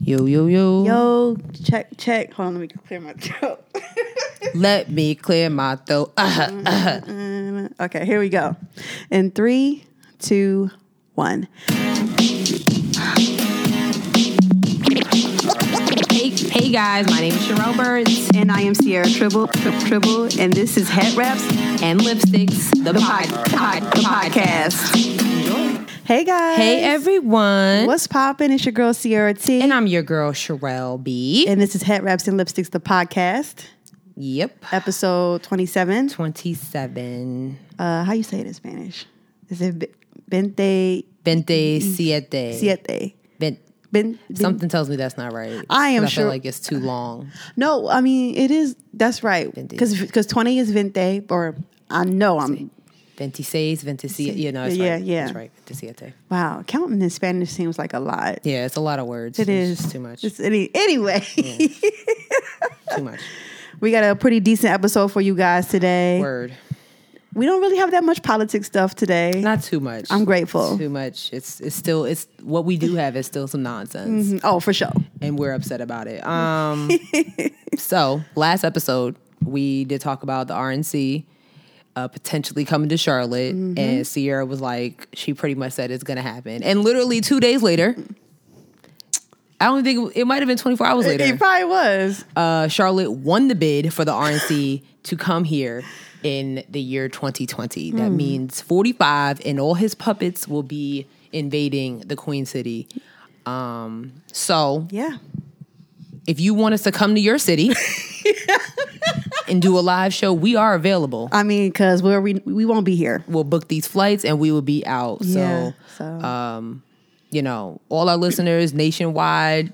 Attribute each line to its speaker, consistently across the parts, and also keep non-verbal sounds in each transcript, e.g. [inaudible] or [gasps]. Speaker 1: Yo, yo, yo.
Speaker 2: Yo, check, check. Hold on, let me clear my throat. [laughs]
Speaker 1: Let me clear my throat. Uh-huh, uh-huh.
Speaker 2: okay, here we go. In three, two, one.
Speaker 3: Hey, hey guys, my name is Sherelle Burns
Speaker 2: And I am Sierra Tribble, Tri- Tribble, and this is Head Wraps,
Speaker 3: and Lipsticks, the, pod, pod,
Speaker 2: the podcast. Hey guys.
Speaker 1: Hey, everyone.
Speaker 2: What's poppin'? It's your girl Sierra T.
Speaker 1: and I'm your girl, Sherelle B.
Speaker 2: and this is Head Wraps and Lipsticks, the podcast,
Speaker 1: yep.
Speaker 2: episode 27.
Speaker 1: 27.
Speaker 2: Uh, how you say it in Spanish? Is it be- Bente
Speaker 1: Vente siete.
Speaker 2: Siete?
Speaker 1: Ben-
Speaker 2: Ben, ben-
Speaker 1: something tells me that's not right.
Speaker 2: I am
Speaker 1: 'Cause I
Speaker 2: sure-
Speaker 1: feel like it's too long.
Speaker 2: No, I mean, it is, that's right. Because 20 is Vente, or I know I'm,
Speaker 1: Vente seis, vente siete. You know, it's
Speaker 2: Yeah,
Speaker 1: right.
Speaker 2: yeah.
Speaker 1: It's right. Vente siete.
Speaker 2: wow, counting in Spanish seems like a lot.
Speaker 1: Yeah, it's a lot of words.
Speaker 2: It
Speaker 1: it's
Speaker 2: is
Speaker 1: just too much.
Speaker 2: It's any, anyway,
Speaker 1: too much.
Speaker 2: [laughs] we got a pretty decent episode for you guys today.
Speaker 1: Word.
Speaker 2: We don't really have that much politics stuff today.
Speaker 1: Not too much.
Speaker 2: I'm grateful.
Speaker 1: Too much. It's it's still it's what we do have is still some nonsense.
Speaker 2: Mm, oh, for sure.
Speaker 1: and we're upset about it.
Speaker 2: [laughs]
Speaker 1: Um, so last episode we did talk about the RNC uh, potentially coming to Charlotte,
Speaker 2: Mm-hmm.
Speaker 1: and Sierra was like, she pretty much said it's gonna happen, and literally two days later. I don't think it might have been 24 hours
Speaker 2: It,
Speaker 1: later.
Speaker 2: it probably was.
Speaker 1: Uh, Charlotte won the bid for the RNC to come here in the year 2020. That
Speaker 2: Hmm.
Speaker 1: means 45 and all his puppets will be invading the Queen City. Um, so
Speaker 2: Yeah.
Speaker 1: if you want us to come to your
Speaker 2: [laughs]
Speaker 1: city and do a live show, we are available.
Speaker 2: I mean, because we're, we, we won't be here.
Speaker 1: We'll book these flights and we will be out. So, uh,
Speaker 2: yeah. So,
Speaker 1: you know, all our listeners nationwide,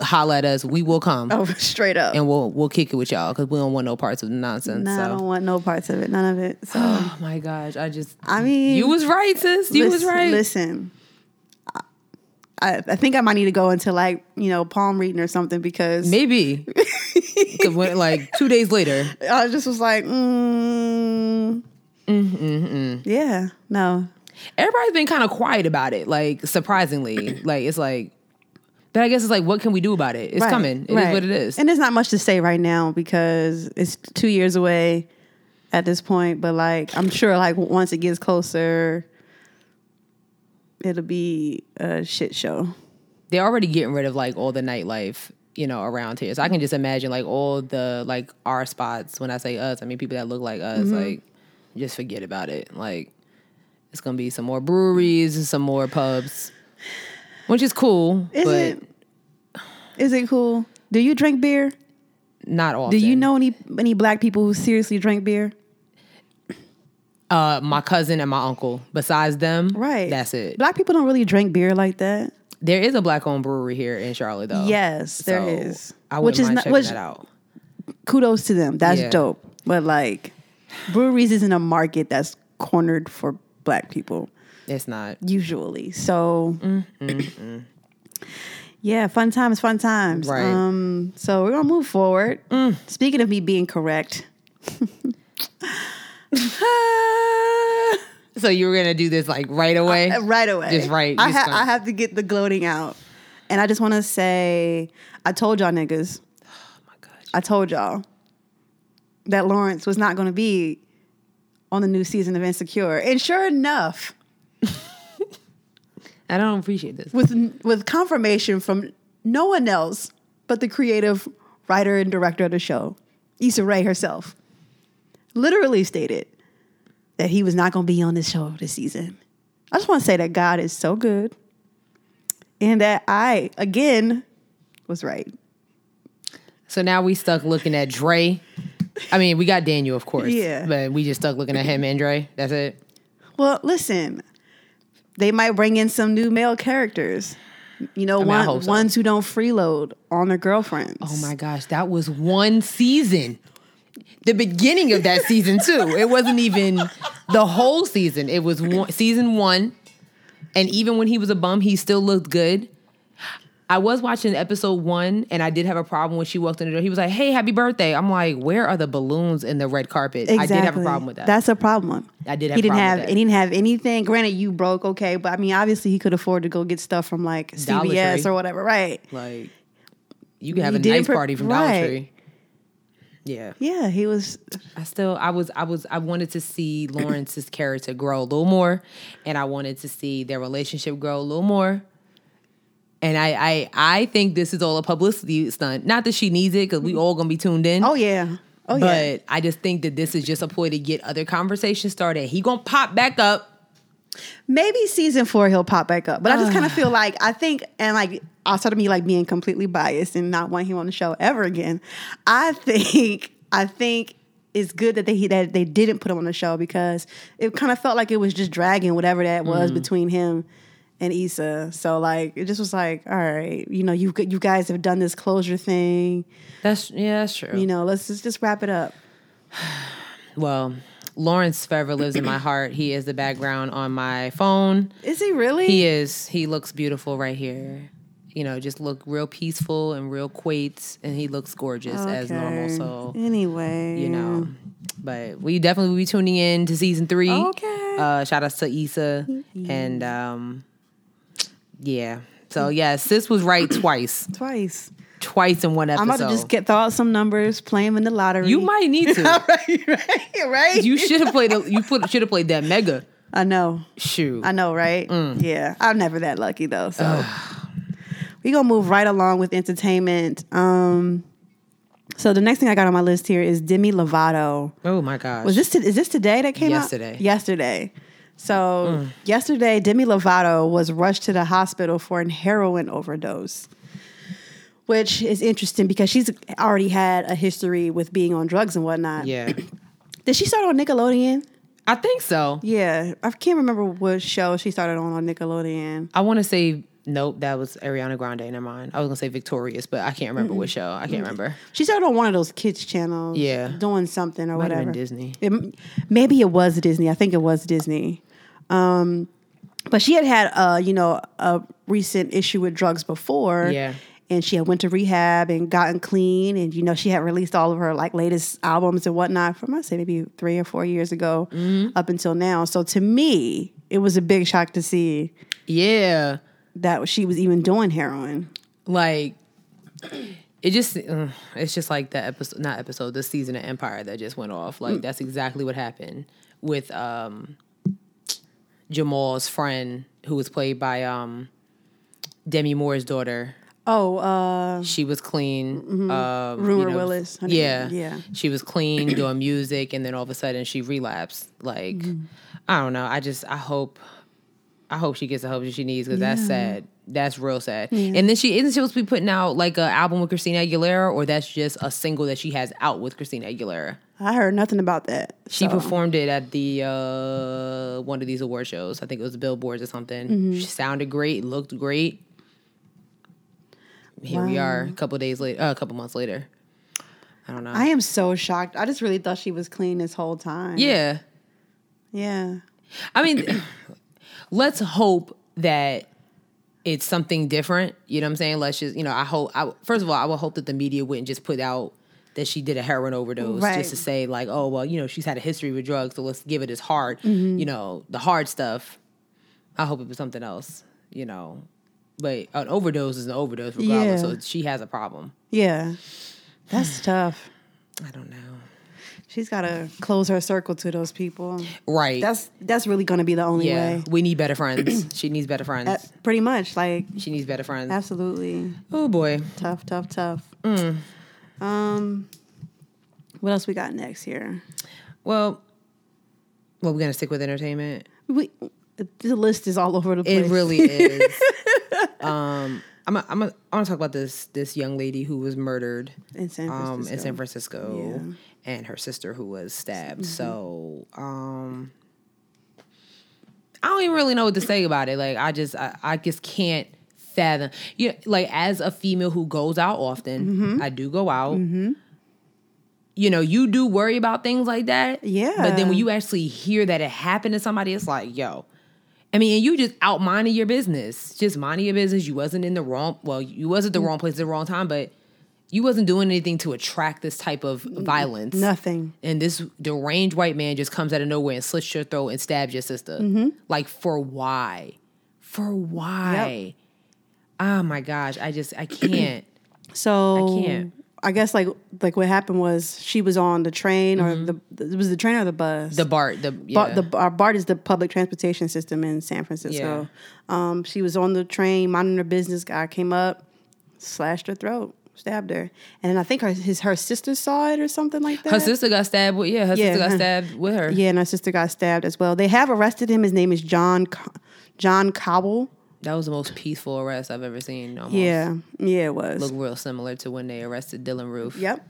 Speaker 1: holla at us. We will come
Speaker 2: [laughs] oh, straight up.
Speaker 1: and we'll we'll kick it with y'all because we don't want no parts of the nonsense.
Speaker 2: Nah, I don't
Speaker 1: so.
Speaker 2: want no parts of it. None of it.
Speaker 1: [gasps]
Speaker 2: So,
Speaker 1: Oh my gosh! I just,
Speaker 2: I mean,
Speaker 1: you was right, sis. You was
Speaker 2: Listen-
Speaker 1: right.
Speaker 2: Listen, I, I think I might need to go into like you know palm reading or something because [laughs]
Speaker 1: Maybe. 'Cause when, like two days later,
Speaker 2: I just was like, mm,
Speaker 1: mm.
Speaker 2: yeah, no,
Speaker 1: everybody's been kind of quiet about it, like surprisingly. like it's like, but I guess it's like, what can we do about it? It's
Speaker 2: Right,
Speaker 1: coming. It is
Speaker 2: right.
Speaker 1: what it is.
Speaker 2: and there's not much to say right now because it's two years away at this point. But like, I'm sure like once it gets closer, it'll be a shit show.
Speaker 1: They're already getting rid of like all the nightlife, you know, around here. So I can just imagine like all the like our spots. When I say us, I mean people that look like us.
Speaker 2: Mm-hmm.
Speaker 1: Like, just forget about it. Like, it's gonna be some more breweries and some more pubs, which is cool,
Speaker 2: Is
Speaker 1: but
Speaker 2: it? Is it cool? Do you drink beer?
Speaker 1: not often.
Speaker 2: Do you know any any black people who seriously drink beer?
Speaker 1: uh, my cousin and my uncle? Besides them,
Speaker 2: Right.
Speaker 1: That's it.
Speaker 2: Black people don't really drink beer like that.
Speaker 1: There is a black-owned brewery here in Charlotte, though.
Speaker 2: yes, there
Speaker 1: Oh, So,
Speaker 2: is.
Speaker 1: I wouldn't mind checking
Speaker 2: which-
Speaker 1: that out.
Speaker 2: kudos to them. That's
Speaker 1: Yeah.
Speaker 2: dope. But like breweries isn't a market that's cornered for black people
Speaker 1: It's not.
Speaker 2: usually. So Yeah, fun times, fun times.
Speaker 1: Mm-hmm. Right. Mm.
Speaker 2: Um so we're gonna move forward. Speaking of me being correct.
Speaker 1: so you were gonna do this like right away,
Speaker 2: Uh, right away.
Speaker 1: Eh, Just right.
Speaker 2: I,
Speaker 1: just
Speaker 2: ha-
Speaker 1: gonna-
Speaker 2: I have to get the gloating out. And I just want to say, I told
Speaker 1: [gasps]
Speaker 2: y'all niggas. Oh my
Speaker 1: gosh.
Speaker 2: I told y'all that Lawrence was not going to be on the new season of Insecure. And sure enough,
Speaker 1: I don't appreciate this.
Speaker 2: with with confirmation from no one else but the creative writer and director of the show, Issa Rae herself, literally stated that he was not going to be on this show this season. I just want to say that God is so good, and that I again was right.
Speaker 1: So now we stuck looking at Dre. I mean, we got Daniel, of course.
Speaker 2: Yeah.
Speaker 1: But we just stuck looking at him and Dre. That's it.
Speaker 2: Well, listen, they might bring in some new male characters. You know,
Speaker 1: mean, I
Speaker 2: one-
Speaker 1: hope so.
Speaker 2: ones who don't freeload on their girlfriends.
Speaker 1: Oh my gosh, that was one season. The beginning of that season too. It wasn't even the whole season. It was one, season one, and even when he was a bum, he still looked good. I was watching episode one, and I did have a problem when she walked in the door. He was like, "Hey, happy birthday!" I'm like, "Where are the balloons in the red carpet?"
Speaker 2: Exactly.
Speaker 1: I did have a problem with that.
Speaker 2: That's a problem.
Speaker 1: I did have
Speaker 2: he
Speaker 1: a
Speaker 2: didn't
Speaker 1: problem
Speaker 2: have
Speaker 1: with that.
Speaker 2: he didn't have anything. Granted, you broke, okay, but I mean, obviously, he could afford to go get stuff from like
Speaker 1: Dollar
Speaker 2: CVS
Speaker 1: Tree.
Speaker 2: or whatever, right?
Speaker 1: like you can have
Speaker 2: You
Speaker 1: a
Speaker 2: didn't
Speaker 1: nice
Speaker 2: pre-
Speaker 1: party from
Speaker 2: right.
Speaker 1: Dollar Tree. Yeah,
Speaker 2: Yeah, he was.
Speaker 1: I still, I was, I was, I wanted to see Lawrence's [clears throat] character grow a little more, and I wanted to see their relationship grow a little more. And I, I, I think this is all a publicity stunt. Not that she needs it, because we all gonna be tuned in.
Speaker 2: Oh yeah, oh yeah.
Speaker 1: But I just think that this is just a ploy to get other conversations started. He gonna pop back up.
Speaker 2: Maybe season four he'll pop back up, but I just kind
Speaker 1: Ah.
Speaker 2: of feel like I think, and like outside of me like being completely biased and not wanting him on the show ever again, I think I think it's good that they that they didn't put him on the show because it kind of felt like it was just dragging whatever that
Speaker 1: Mm-hmm.
Speaker 2: was between him and Issa. So like it just was like, all right, you know, you you guys have done this closure thing,
Speaker 1: That's yeah, that's true.
Speaker 2: you know, let's just just wrap it up.
Speaker 1: well, Lawrence forever lives in my heart. He is the background on my phone.
Speaker 2: Is he really?
Speaker 1: He is. He looks beautiful right here. You know, just look real peaceful and real quaint, and he looks gorgeous as normal.
Speaker 2: Okay.
Speaker 1: So
Speaker 2: anyway,
Speaker 1: you know. But we definitely will be tuning in to season three.
Speaker 2: Okay. Mm-hmm.
Speaker 1: Uh, shout outs to Issa. And um, yeah. So, yeah, sis was right [coughs] twice.
Speaker 2: twice.
Speaker 1: Twice in one episode.
Speaker 2: I'm about to just get throw out some numbers, play them in the lottery.
Speaker 1: You might need to.
Speaker 2: [laughs] right, right, right.
Speaker 1: you should have played. A, you put, should have played that mega.
Speaker 2: I know,
Speaker 1: Shoot.
Speaker 2: I know, right?
Speaker 1: Mm.
Speaker 2: Yeah, I'm never that lucky though. So we gonna move right along with entertainment. Um, so the next thing I got on my list here is Demi Lovato.
Speaker 1: oh my gosh.
Speaker 2: Was this to, is this today that came
Speaker 1: Yesterday. Mm.
Speaker 2: out? Yesterday. So yesterday, Demi Lovato was rushed to the hospital for an heroin overdose, which is interesting because she's already had a history with being on drugs and whatnot.
Speaker 1: Yeah.
Speaker 2: Did she start on Nickelodeon?
Speaker 1: I think so.
Speaker 2: Yeah, I can't remember what show she started on on Nickelodeon.
Speaker 1: I want to say nope. That was Ariana Grande. Never mind. I was gonna say Victorious, but I can't remember which show. I can't remember.
Speaker 2: She started on one of those kids channels.
Speaker 1: Yeah.
Speaker 2: doing something or
Speaker 1: Might have been
Speaker 2: whatever.
Speaker 1: Disney.
Speaker 2: It- maybe it was Disney. I think it was Disney. Um, but she had had uh, you know a recent issue with drugs before.
Speaker 1: Yeah.
Speaker 2: And she had went to rehab and gotten clean, and you know she had released all of her like latest albums and whatnot from I say maybe three or four years ago
Speaker 1: Mm-hmm.
Speaker 2: up until now. So to me, it was a big shock to see
Speaker 1: Yeah.
Speaker 2: that she was even doing heroin.
Speaker 1: Like it just. ugh, it's just like that episode. Not episode. The season of Empire that just went off. Like that's exactly what happened with um Jamal's friend who was played by um Demi Moore's daughter.
Speaker 2: Oh, uh,
Speaker 1: She was clean. Um, you
Speaker 2: Rumor
Speaker 1: know,
Speaker 2: Mm-hmm. Willis. Her name-
Speaker 1: Yeah.
Speaker 2: yeah.
Speaker 1: She was clean
Speaker 2: [clears throat]
Speaker 1: doing music and then all of a sudden she relapsed. Like,
Speaker 2: Mm-hmm.
Speaker 1: I don't know. I just, I hope, I hope she gets the help that she needs because that's sad. That's real sad. And then she isn't supposed to be putting out like an album with Christina Aguilera or that's just a single that she has out with Christina Aguilera.
Speaker 2: I heard nothing about that.
Speaker 1: She
Speaker 2: so.
Speaker 1: performed it at the uh, one of these award shows. I think it was Billboards or something.
Speaker 2: Mm-hmm.
Speaker 1: She sounded great, looked great. Here we are, a couple days later, uh, a couple months later. I don't know.
Speaker 2: I am so shocked. I just really thought she was clean this whole time.
Speaker 1: yeah,
Speaker 2: Yeah.
Speaker 1: I mean, [clears throat] let's hope that it's something different. You know what I'm saying? Let's just, you know, I hope. I, first of all, I would hope that the media wouldn't just put out that she did a heroin overdose
Speaker 2: Right.
Speaker 1: just to say like, oh well, you know, she's had a history with drugs, so let's give it as hard,
Speaker 2: Mm-hmm.
Speaker 1: you know, the hard stuff. I hope it was something else, you know. But an overdose is an overdose, regardless.
Speaker 2: Yeah.
Speaker 1: So she has a problem.
Speaker 2: Yeah. That's tough.
Speaker 1: I don't know.
Speaker 2: She's got to close her circle to those people.
Speaker 1: Right.
Speaker 2: That's that's really going to be the only
Speaker 1: yeah.
Speaker 2: way.
Speaker 1: We need better friends. [clears throat] she needs better friends.
Speaker 2: Uh, pretty much like
Speaker 1: she needs better friends.
Speaker 2: absolutely
Speaker 1: oh boy.
Speaker 2: tough, tough, tough. Um what else we got next here?
Speaker 1: Well, well, we're gonna stick with entertainment.
Speaker 2: We the list is all over the
Speaker 1: It
Speaker 2: place.
Speaker 1: really is. um, I'm a, I'm a, I want to talk about this this young lady who was murdered
Speaker 2: in San Francisco. Mm-hmm.
Speaker 1: um, in San Francisco, and her sister who was stabbed. So, um, I don't even really know what to say about it. Like, I just I, I just can't fathom. You like as a female who goes out often,
Speaker 2: Mm-hmm.
Speaker 1: I do go out. You know, you do worry about things like that. But then
Speaker 2: Yeah.
Speaker 1: when you actually hear that it happened to somebody, it's like, yo. I mean, and you just out minding your business, just minding your business. You wasn't in the wrong, well, you wasn't the
Speaker 2: Mm.
Speaker 1: wrong place at the wrong time, but you wasn't doing anything to attract this type of violence.
Speaker 2: Mm, Nothing.
Speaker 1: And this deranged white man just comes out of nowhere and slits your throat and stabs your sister.
Speaker 2: Mm-hmm.
Speaker 1: Like for why? For why? Oh my gosh, I just I can't. [clears throat]
Speaker 2: So
Speaker 1: I can't.
Speaker 2: I guess like like what happened was she was on the train or the the- it was the train or the bus.
Speaker 1: Mm-hmm. the BART, the yeah.
Speaker 2: Bar- the our BART is the public transportation system in San Francisco. Um, she was on the train minding her business. Guy came up, slashed her throat, stabbed her, and I think her his her sister saw it or something like that.
Speaker 1: her sister got stabbed with yeah, her
Speaker 2: Yeah.
Speaker 1: sister got stabbed with her.
Speaker 2: yeah, and her sister got stabbed as well. They have arrested him. His name is John Co- John Cobble.
Speaker 1: That was the most peaceful arrest I've ever seen. Almost.
Speaker 2: Yeah, yeah, it was.
Speaker 1: Look real similar to when they arrested Dylan Roof.
Speaker 2: Yep.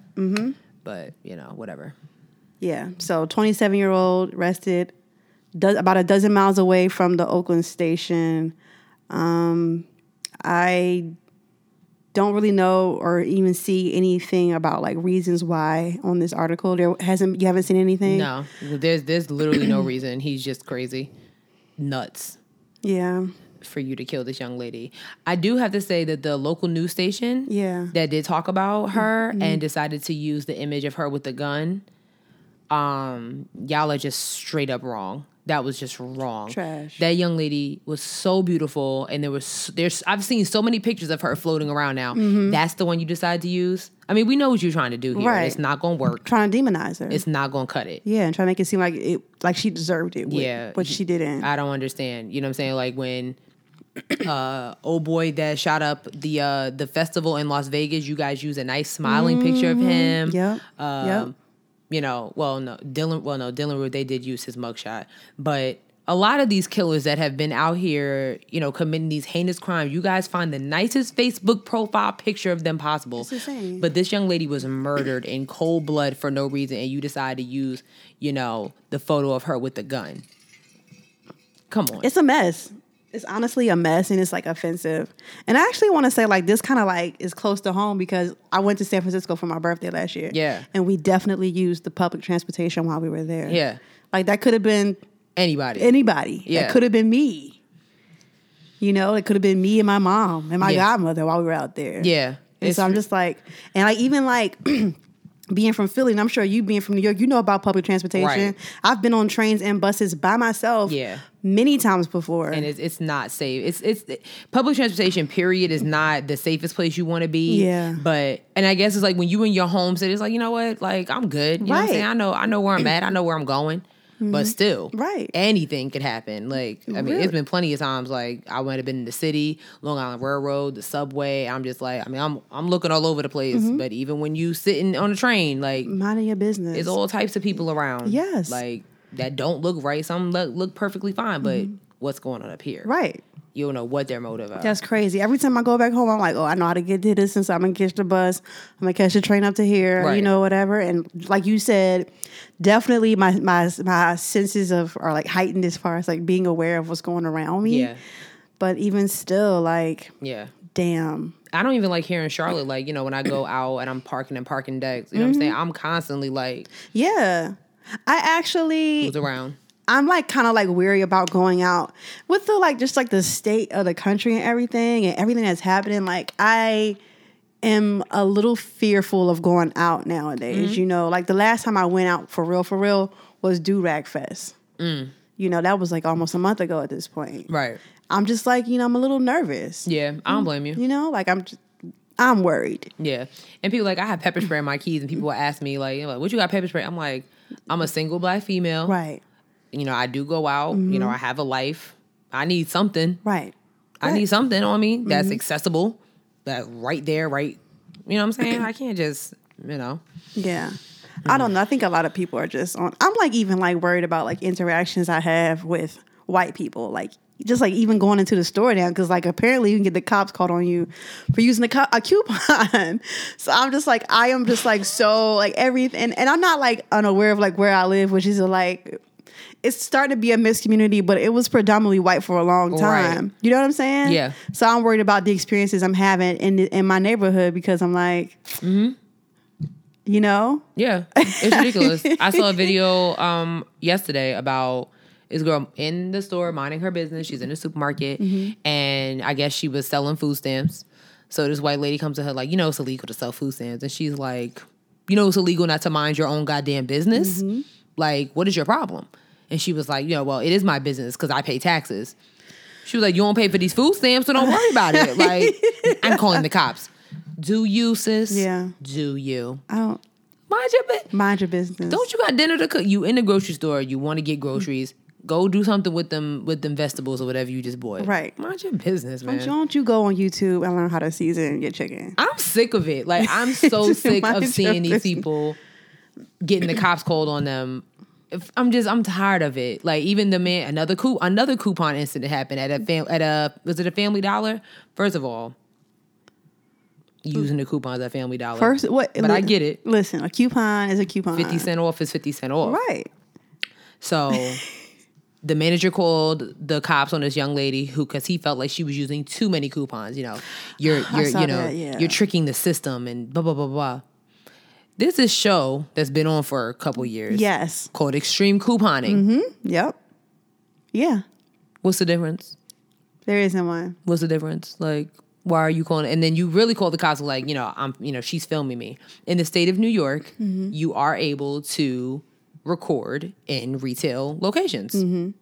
Speaker 1: But, you know, whatever.
Speaker 2: Yeah. So 27 year old arrested do- about a dozen miles away from the Oakland station. Um, I don't really know or even see anything about like reasons why on this article. There hasn't you haven't seen anything?
Speaker 1: No. There's there's literally no reason. He's just crazy. Nuts.
Speaker 2: Yeah.
Speaker 1: for you to kill this young lady. I do have to say that the local news station
Speaker 2: Yeah. Mm-hmm.
Speaker 1: that did talk about her and decided to use the image of her with the gun. Um, y'all are just straight up wrong. That was just wrong.
Speaker 2: Trash.
Speaker 1: That young lady was so beautiful, and there was there's I've seen so many pictures of her floating around now. That's the one you decide to use. I mean, we know what you're trying to do here.
Speaker 2: Mm-hmm. Right.
Speaker 1: It's not gonna work.
Speaker 2: Trying to demonize her.
Speaker 1: It's not gonna cut it.
Speaker 2: yeah, and trying to make it seem like it like she deserved it. with-
Speaker 1: Yeah.
Speaker 2: But she didn't.
Speaker 1: I don't understand. You know what I'm saying? Like when [clears throat] uh old boy that shot up the uh the festival in Las Vegas, you guys use a nice smiling picture of him.
Speaker 2: Mm-hmm. Yep.
Speaker 1: Um,
Speaker 2: Yep.
Speaker 1: you know, well no Dylan well no, Dylan Roof, they did use his mugshot. But a lot of these killers that have been out here, you know, committing these heinous crimes, you guys find the nicest Facebook profile picture of them possible.
Speaker 2: insane.
Speaker 1: But this young lady was murdered in cold blood for no reason, and you decide to use, you know, the photo of her with the gun. Come on.
Speaker 2: it's a mess. It's honestly a mess and it's like offensive. And I actually want to say like this kind of like is close to home because I went to San Francisco for my birthday last year.
Speaker 1: Yeah.
Speaker 2: And we definitely used the public transportation while we were there.
Speaker 1: Yeah.
Speaker 2: Like that could have been
Speaker 1: Anybody.
Speaker 2: anybody. That
Speaker 1: Yeah.
Speaker 2: could have been me. You know, it could have been me and my mom and my
Speaker 1: Yeah.
Speaker 2: godmother while we were out there.
Speaker 1: yeah.
Speaker 2: And
Speaker 1: It's,
Speaker 2: so I'm just like, and like even like [clears throat] being from Philly, and I'm sure you being from New York, you know about public transportation.
Speaker 1: Right.
Speaker 2: I've been on trains and buses by myself
Speaker 1: Yeah.
Speaker 2: many times before.
Speaker 1: and it's, it's not safe. It's it's public transportation. Period is not the safest place you want to be.
Speaker 2: Yeah.
Speaker 1: But and I guess it's like when you in your home city, it's like you know what, like I'm good. You know what I'm
Speaker 2: Right. Mm-hmm.
Speaker 1: saying? I know I know where I'm at. I know where I'm going. But still,
Speaker 2: Right.
Speaker 1: Anything could happen. Like I mean,
Speaker 2: Really.
Speaker 1: it's been plenty of times. Like I might have been in the city, Long Island Railroad, the subway. I'm just like, I mean, I'm I'm looking all over the place.
Speaker 2: Mm-hmm.
Speaker 1: But even when you sitting on a train, like
Speaker 2: minding your business.
Speaker 1: it's all types of people around.
Speaker 2: Yes.
Speaker 1: Like that don't look right. Some look, look perfectly fine, but what's going on up here?
Speaker 2: right.
Speaker 1: You don't know what their motive are.
Speaker 2: That's crazy. Every time I go back home, I'm like, oh, I know how to get to this, and so I'm gonna catch the bus. I'm gonna catch the train up to here, you
Speaker 1: Right.
Speaker 2: know, whatever. And like you said, definitely my my my senses of are like heightened as far as like being aware of what's going around me.
Speaker 1: Yeah.
Speaker 2: But even still, like,
Speaker 1: Yeah.
Speaker 2: damn,
Speaker 1: I don't even like here in Charlotte, like, you know, when I
Speaker 2: [clears throat]
Speaker 1: go out and I'm parking and parking decks, you know what I'm saying?
Speaker 2: Mm-hmm.
Speaker 1: I'm constantly like
Speaker 2: yeah. I actually
Speaker 1: who's around.
Speaker 2: I'm like kind of like weary about going out with the like just like the state of the country and everything and everything that's happening. Like I am a little fearful of going out nowadays. You know, like the last time I went out for real, for real was Do Rag Fest. You know, that was like almost a month ago at this point.
Speaker 1: Right.
Speaker 2: I'm just like you know I'm a little nervous.
Speaker 1: Yeah. I
Speaker 2: Mm-hmm.
Speaker 1: don't blame you.
Speaker 2: You know, like I'm just I'm worried.
Speaker 1: Yeah. And people like I have pepper spray in my keys and people will ask me like, you know, like, what you got pepper spray? I'm like, I'm a single black female.
Speaker 2: Right, Mm-hmm.
Speaker 1: You know, I do go out, you know, I have a life. I need something.
Speaker 2: right.
Speaker 1: I need something on me that's accessible, that right there, right. You know what I'm saying? I can't just, you know.
Speaker 2: Yeah. I don't know. I think a lot of people are just on. I'm like even like worried about like interactions I have with white people. Like just like even going into the store now because like apparently you can get the cops called on you for using a, cu- a coupon. [laughs] so I'm just like I am just like so like everything, and I'm not like unaware of like where I live, which is like it's starting to be a mixed community, but it was predominantly white for a long
Speaker 1: Right.
Speaker 2: time. You know what I'm saying?
Speaker 1: Yeah.
Speaker 2: So I'm worried about the experiences I'm having in the, in my neighborhood because I'm like,
Speaker 1: Mm-hmm.
Speaker 2: you know,
Speaker 1: Yeah, it's ridiculous. I saw a video um yesterday about This girl in the store minding her business. She's in the supermarket, and I guess she was selling food stamps. So this white lady comes to her like, you know, it's illegal to sell food stamps, and she's like, you know, it's illegal not to mind your own goddamn business. Like, what is your problem? And she was like, you know, well, it is my business because I pay taxes. She was like, "You don't pay for these food stamps, so don't worry about it." Like, I'm calling the cops. Do you, sis?
Speaker 2: Yeah.
Speaker 1: Do you
Speaker 2: I don't
Speaker 1: mind your bit?
Speaker 2: mind your business.
Speaker 1: Don't you got dinner to cook? You in the grocery store? You want to get groceries? Go do something with them with them vegetables or whatever you just bought.
Speaker 2: Right.
Speaker 1: Mind your business, man.
Speaker 2: Don't you go on YouTube and learn how to season your chicken?
Speaker 1: I'm sick of it. Like I'm
Speaker 2: [laughs]
Speaker 1: so
Speaker 2: Just
Speaker 1: sick of
Speaker 2: mind
Speaker 1: seeing
Speaker 2: your
Speaker 1: these people getting the cops called on them. If, I'm just I'm tired of it. Like even the man another coup another coupon incident happened at a fam, at a was it a Family Dollar? First of all, using the coupons at Family Dollar.
Speaker 2: First, what?
Speaker 1: But I get it.
Speaker 2: Listen, a coupon is a coupon.
Speaker 1: Fifty cent off is fifty cent off.
Speaker 2: Right.
Speaker 1: So
Speaker 2: [laughs]
Speaker 1: the manager called the cops on this young lady who because he felt like she was using too many coupons. You know,
Speaker 2: [sighs]
Speaker 1: you're you're
Speaker 2: saw
Speaker 1: you know
Speaker 2: that, yeah.
Speaker 1: you're tricking the system and blah blah blah blah. This is show that's been on for a couple years.
Speaker 2: Yes.
Speaker 1: Called extreme couponing.
Speaker 2: Mm-hmm. Yep. Yeah.
Speaker 1: What's the difference?
Speaker 2: There isn't one.
Speaker 1: What's the difference? Like, why are you calling? And then you really call the cops. Like, you know, I'm, you know, she's filming me. In the state of New York, you are able to record in retail locations.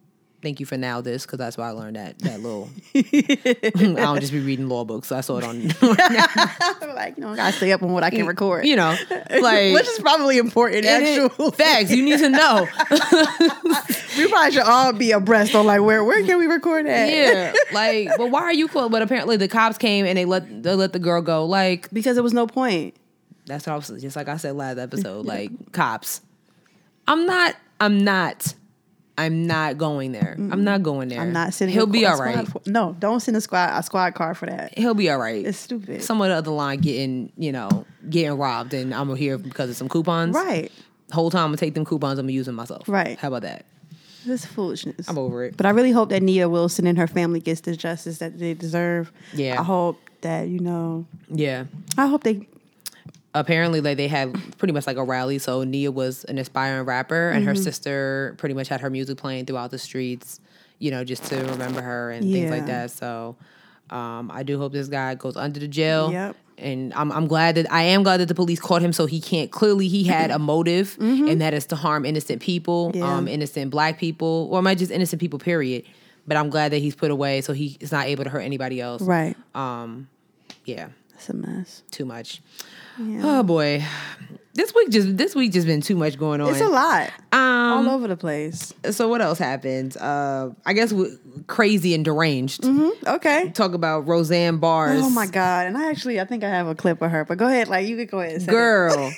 Speaker 1: Thank you for now this because that's why I learned that that little. [laughs] I don't just be reading law books. I saw it on,
Speaker 2: I'm like, no, I gotta stay up on what I can record.
Speaker 1: you know, like
Speaker 2: which is probably important.
Speaker 1: Mm. it-
Speaker 2: [laughs] Actually,
Speaker 1: facts. You need to know. [laughs]
Speaker 2: we probably should all be abreast on like where where can we record at?
Speaker 1: yeah, like, but why are you calling? But apparently the cops came and they let they let the girl go. Like,
Speaker 2: because there was no point.
Speaker 1: That's what I was just like I said last
Speaker 2: [laughs]
Speaker 1: episode, like cops. I'm not I'm not I'm not going there. I'm not going there.
Speaker 2: I'm not sitting.
Speaker 1: He'll
Speaker 2: a-
Speaker 1: be
Speaker 2: a
Speaker 1: all
Speaker 2: squad
Speaker 1: right.
Speaker 2: for- no, don't send a squad a squad car for that.
Speaker 1: He'll be all right.
Speaker 2: It's stupid.
Speaker 1: Someone on the other line getting, you know, getting robbed and I'm gonna hear because of some coupons.
Speaker 2: Right.
Speaker 1: Whole time I'm gonna take them coupons, I'm gonna use them myself.
Speaker 2: Right.
Speaker 1: How about that?
Speaker 2: This foolishness.
Speaker 1: I'm over it.
Speaker 2: But I really hope that Nia Wilson and her family gets the justice that they deserve.
Speaker 1: Yeah.
Speaker 2: I hope that you know.
Speaker 1: Yeah.
Speaker 2: I hope they.
Speaker 1: apparently like they had pretty much like a rally so nia was an aspiring rapper and her
Speaker 2: Mm-hmm.
Speaker 1: sister pretty much had her music playing throughout the streets you know just to remember her and things like
Speaker 2: Yeah.
Speaker 1: that so um, i do hope this guy goes under the jail
Speaker 2: Yep.
Speaker 1: and I'm, I'm glad that i am glad that the police caught him so he can't clearly he had a
Speaker 2: [clears throat]
Speaker 1: motive and that is to harm innocent people
Speaker 2: Mm-hmm. Yeah.
Speaker 1: um, innocent black people or am i just innocent people period but i'm glad that he's put away so he is not able to hurt anybody else Um,
Speaker 2: Right.
Speaker 1: yeah
Speaker 2: It's a mess.
Speaker 1: too much.
Speaker 2: Yeah.
Speaker 1: Oh boy, this week just this week just been too much going on.
Speaker 2: It's a lot.
Speaker 1: Um,
Speaker 2: all over the place.
Speaker 1: so what else happened? Uh, I guess we, crazy and deranged.
Speaker 2: Okay.
Speaker 1: Talk about Roseanne Bars.
Speaker 2: Mm-hmm. Oh my god! And I actually, I think I have a clip of her. But go ahead, like you could go ahead. And say [laughs]
Speaker 1: girl.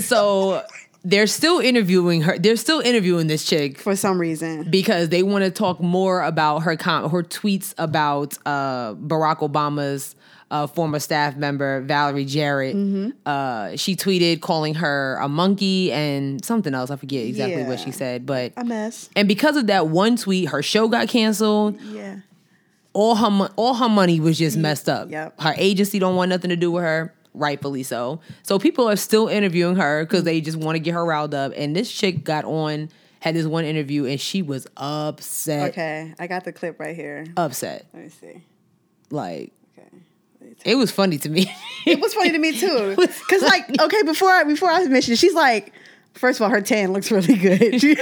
Speaker 1: so they're still interviewing her. They're still interviewing this chick
Speaker 2: it for some reason.
Speaker 1: because they want to talk more about her com- her tweets about uh, Barack Obama's uh, former staff member Valerie Jarrett.
Speaker 2: Mm-hmm.
Speaker 1: Uh, she tweeted calling her a monkey and something else. I forget exactly what
Speaker 2: Yeah.
Speaker 1: she said, but
Speaker 2: A mess.
Speaker 1: and because of that one tweet, her show got canceled.
Speaker 2: Yeah.
Speaker 1: All her mon- all her money was just messed up.
Speaker 2: Mm-hmm. Yep.
Speaker 1: Her agency don't want nothing to do with her. Rightfully so. So people are still interviewing her because they just want to get her riled up. And this chick got on, had this one interview, and she was upset.
Speaker 2: Okay, I got the clip right here.
Speaker 1: Upset.
Speaker 2: Let me see.
Speaker 1: Like
Speaker 2: Okay.
Speaker 1: it was funny to me. [laughs]
Speaker 2: It was funny to me too, because like okay, before I, before I mentioned, it, she's like, first of all, her tan looks really good. [laughs] She-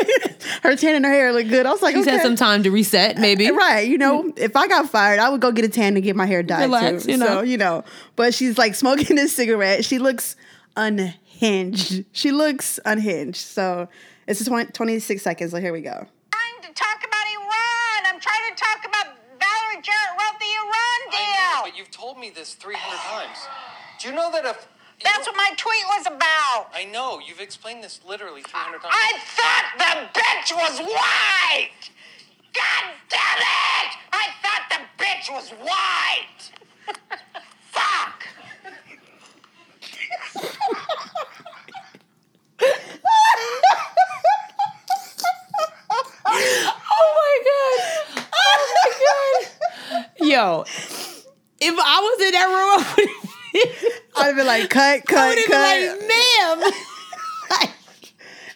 Speaker 2: her tan and her hair look good. I was like,
Speaker 1: She's
Speaker 2: okay.
Speaker 1: had some time to reset, maybe.
Speaker 2: [laughs] Right, you know, if I got fired, I would go get a tan and get my hair dyed
Speaker 1: Relax,
Speaker 2: too.
Speaker 1: you know.
Speaker 2: So you know, but she's like smoking a cigarette. She looks unhinged. She looks unhinged. So it's 20, 26 seconds. So here we go.
Speaker 4: trying to talk about Iran. I'm trying to talk about Valerie Jarrett wrote the Iran
Speaker 5: I know,
Speaker 4: deal.
Speaker 5: but you've told me this 300 times. Do you know that if.
Speaker 4: That's what my tweet was about.
Speaker 5: I know. You've explained this literally 300 times.
Speaker 4: I thought the bitch was white. God damn it! I thought the bitch was
Speaker 5: [laughs]
Speaker 4: white. Fuck.
Speaker 1: Oh my god. Oh my god. [laughs] Yo, if I was in that room, [laughs] I would [laughs]
Speaker 2: I'd have been like, uh, cut, cut,
Speaker 1: have
Speaker 2: cut.
Speaker 1: been like, ma'am.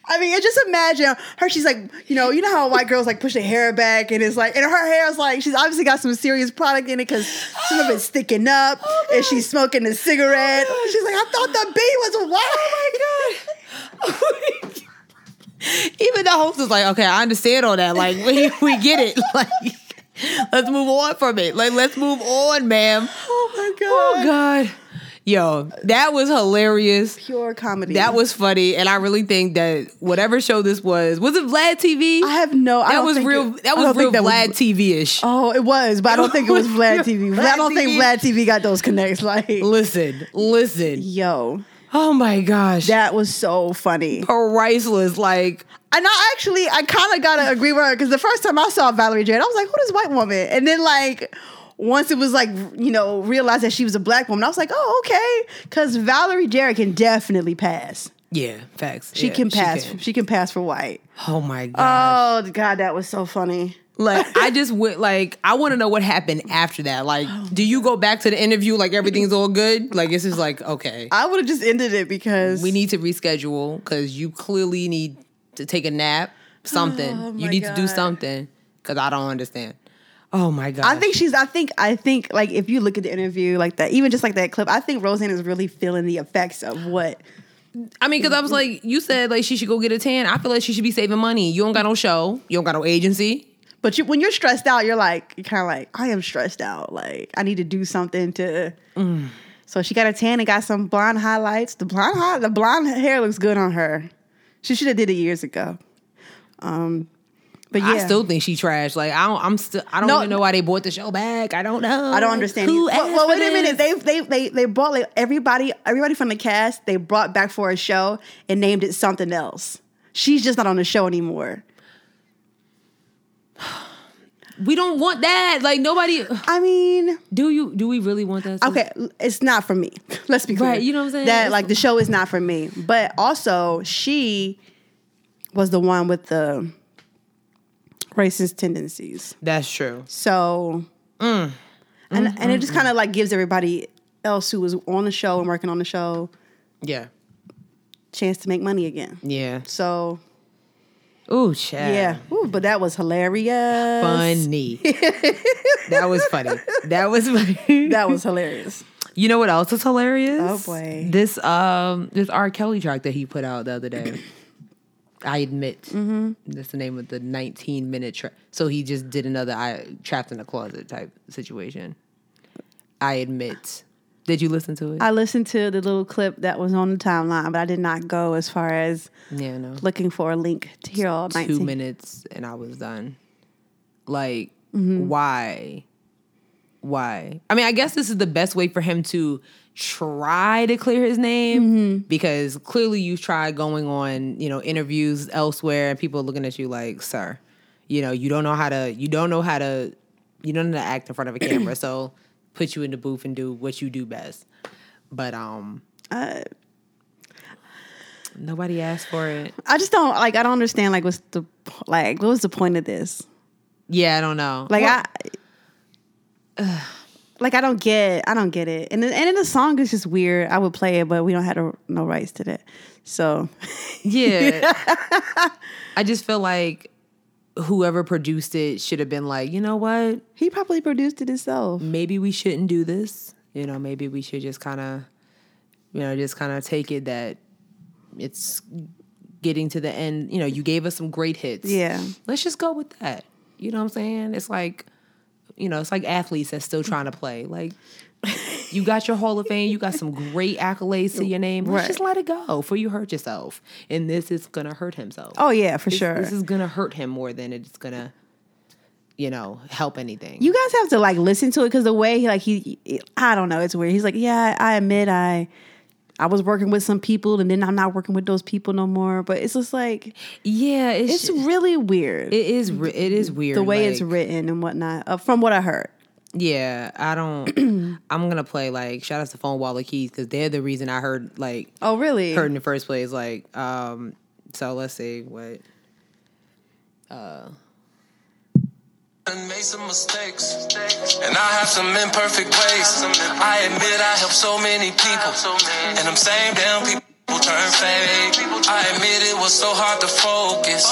Speaker 2: I mean, and just imagine her. She's like, you know, you know how white girls like push their hair back, and it's like, and her hair is like, she's obviously got some serious product in it because some of it's sticking up, and she's smoking a cigarette. she's like, I thought the bee was white. Oh my god.
Speaker 1: [laughs] Even the host is like, okay, I understand all that. Like, we, we get it. [laughs] Like, let's move on from it. Like, let's move on, ma'am.
Speaker 2: [laughs] Oh my god.
Speaker 1: Oh, God. Yo, that was hilarious.
Speaker 2: Pure comedy.
Speaker 1: That was funny, and I really think that whatever show this was was it Vlad TV?
Speaker 2: I have no. I
Speaker 1: that
Speaker 2: don't
Speaker 1: was
Speaker 2: think
Speaker 1: real.
Speaker 2: it- I
Speaker 1: that
Speaker 2: don't
Speaker 1: was real
Speaker 2: think
Speaker 1: Vlad TV ish.
Speaker 2: Oh, it was, but I don't think
Speaker 1: [laughs]
Speaker 2: it was Vlad TV. I don't think
Speaker 1: TV.
Speaker 2: Vlad TV got those connects. Like,
Speaker 1: Listen, listen.
Speaker 2: yo,
Speaker 1: Oh my gosh,
Speaker 2: that was so funny.
Speaker 1: priceless. Like
Speaker 2: And I actually, I kind of gotta agree with her because the first time I saw Valerie Jarrett, I was like, "Who this white woman?" And then like. Once it was like you know realized that she was a black woman, I was like, oh okay, because Valerie Jarrett can definitely pass.
Speaker 1: yeah, facts.
Speaker 2: She
Speaker 1: Yeah,
Speaker 2: can pass. She
Speaker 1: can.
Speaker 2: can. pass for white.
Speaker 1: Oh my
Speaker 2: [laughs]
Speaker 1: gosh.
Speaker 2: Oh God, that was so funny.
Speaker 1: like I just would like I want to know what happened after that.
Speaker 2: [gasps]
Speaker 1: Like, do you go back to the interview? Like everything's all good. Like it's just like okay,
Speaker 2: I would have just ended it because
Speaker 1: we need to reschedule because you clearly need to take a nap. Something you
Speaker 2: Oh my
Speaker 1: need to do
Speaker 2: God.
Speaker 1: something because I don't understand. Oh my god.
Speaker 2: I think she's. I think. I think. Like, if you look at the interview, like that, even just like that clip, I think Roseanne is really feeling the effects of what.
Speaker 1: I mean, because I was like, you said like she should go get a tan. I feel like she should be saving money. You don't got no show. You don't got no agency.
Speaker 2: But you, when you're stressed out, you're like, you're kind of like, I am stressed out. Like, I need to do something to. So she got a tan and got some blonde highlights. The blonde, high, the blonde hair looks good on her. She should have did it years ago. Um, but yeah,
Speaker 1: I still think she trash. Like I don't. I'm still. I don't
Speaker 2: No.
Speaker 1: even know why they bought the show back. I don't know.
Speaker 2: I don't understand.
Speaker 1: Who
Speaker 2: you- well,
Speaker 1: asked
Speaker 2: well,
Speaker 1: for
Speaker 2: wait a minute.
Speaker 1: this?
Speaker 2: They they they they brought like everybody everybody from the cast. They brought back for a show and named it something else. She's just not on the show anymore.
Speaker 1: we don't want that. Like nobody. [sighs]
Speaker 2: I mean,
Speaker 1: Do you? Do we really want that?
Speaker 2: okay, it's not for me. [laughs] Let's be clear.
Speaker 1: Right, you know what I'm saying?
Speaker 2: That like the show is not for me. But also, she was the one with the racist tendencies.
Speaker 1: That's true.
Speaker 2: So, Mm. and and it just kind of like gives everybody else who was on the show and working on the show
Speaker 1: Yeah.
Speaker 2: chance to make money again.
Speaker 1: Yeah.
Speaker 2: So
Speaker 1: Ooh, chat.
Speaker 2: Yeah. Ooh, but that was hilarious. [laughs]
Speaker 1: Funny. that was funny. That was funny.
Speaker 2: That was hilarious.
Speaker 1: You know what else is hilarious?
Speaker 2: Oh, boy.
Speaker 1: This um this R. Kelly track that he put out the other
Speaker 2: [clears throat]
Speaker 1: day. I admit.
Speaker 2: Mm-hmm.
Speaker 1: That's the name of the 19 minute track. So he just did another I trapped in a closet type situation. I admit. Did you listen to it?
Speaker 2: [laughs] I listened to the little clip that was on the timeline, but I did not go as far as
Speaker 1: yeah, no.
Speaker 2: looking for a link to hear all 19.
Speaker 1: two minutes and I was done. Like, why? Why? I mean, I guess this is the best way for him to try to clear his name because clearly you've tried going on, you know, interviews elsewhere and people are looking at you like, sir, you know, you don't know how to, you don't know how to, you don't know how to act in front of a camera. so put you in the booth and do what you do best. But, um, nobody asked for it.
Speaker 2: I just don't like I don't understand like what's the like what was the point of this?
Speaker 1: Yeah, I don't know.
Speaker 2: Like I Like I [sighs] don't get, I don't get it, and the, and then the song is just weird. I would play it, but we don't have no- no rights to that. So, [laughs]
Speaker 1: Yeah. I just feel like whoever produced it should have been like, you know what?
Speaker 2: he probably produced it himself.
Speaker 1: Maybe we shouldn't do this. You know, maybe we should just kind of, you know, just kind of take it that it's getting to the end. You know, you gave us some great hits.
Speaker 2: Yeah.
Speaker 1: Let's just go with that. You know what I'm saying? It's like, you know, it's like athletes that's still trying to play. Like, you got your Hall of Fame, you got some great accolades to your name. Let's
Speaker 2: Right.
Speaker 1: just let it go, for you hurt yourself. And this is going to hurt himself
Speaker 2: Oh yeah, for
Speaker 1: this-
Speaker 2: sure.
Speaker 1: This is gonna hurt him more than it's gonna, you know, help anything.
Speaker 2: you guys have to like listen to it because the way he like he i don't know it's weird he's like yeah i admit i i was working with some people and then i'm not working with those people no more but it's just like
Speaker 1: yeah, it's
Speaker 2: it's
Speaker 1: it's
Speaker 2: really weird
Speaker 1: it is re- it is weird
Speaker 2: the way it's
Speaker 1: like,
Speaker 2: written and whatnot uh, from what i heard
Speaker 1: Yeah, I
Speaker 2: [clears throat]
Speaker 1: don't. I'm gonna play like shout out to Phone Wall of Keys because they're the reason I heard like
Speaker 2: oh really
Speaker 1: heard in the first place. Like, um, so let's see what.
Speaker 6: and made some mistakes. And I have some imperfect ways. I admit I helped so many people. And them same damn people people turn fake. I admit it was so hard to focus.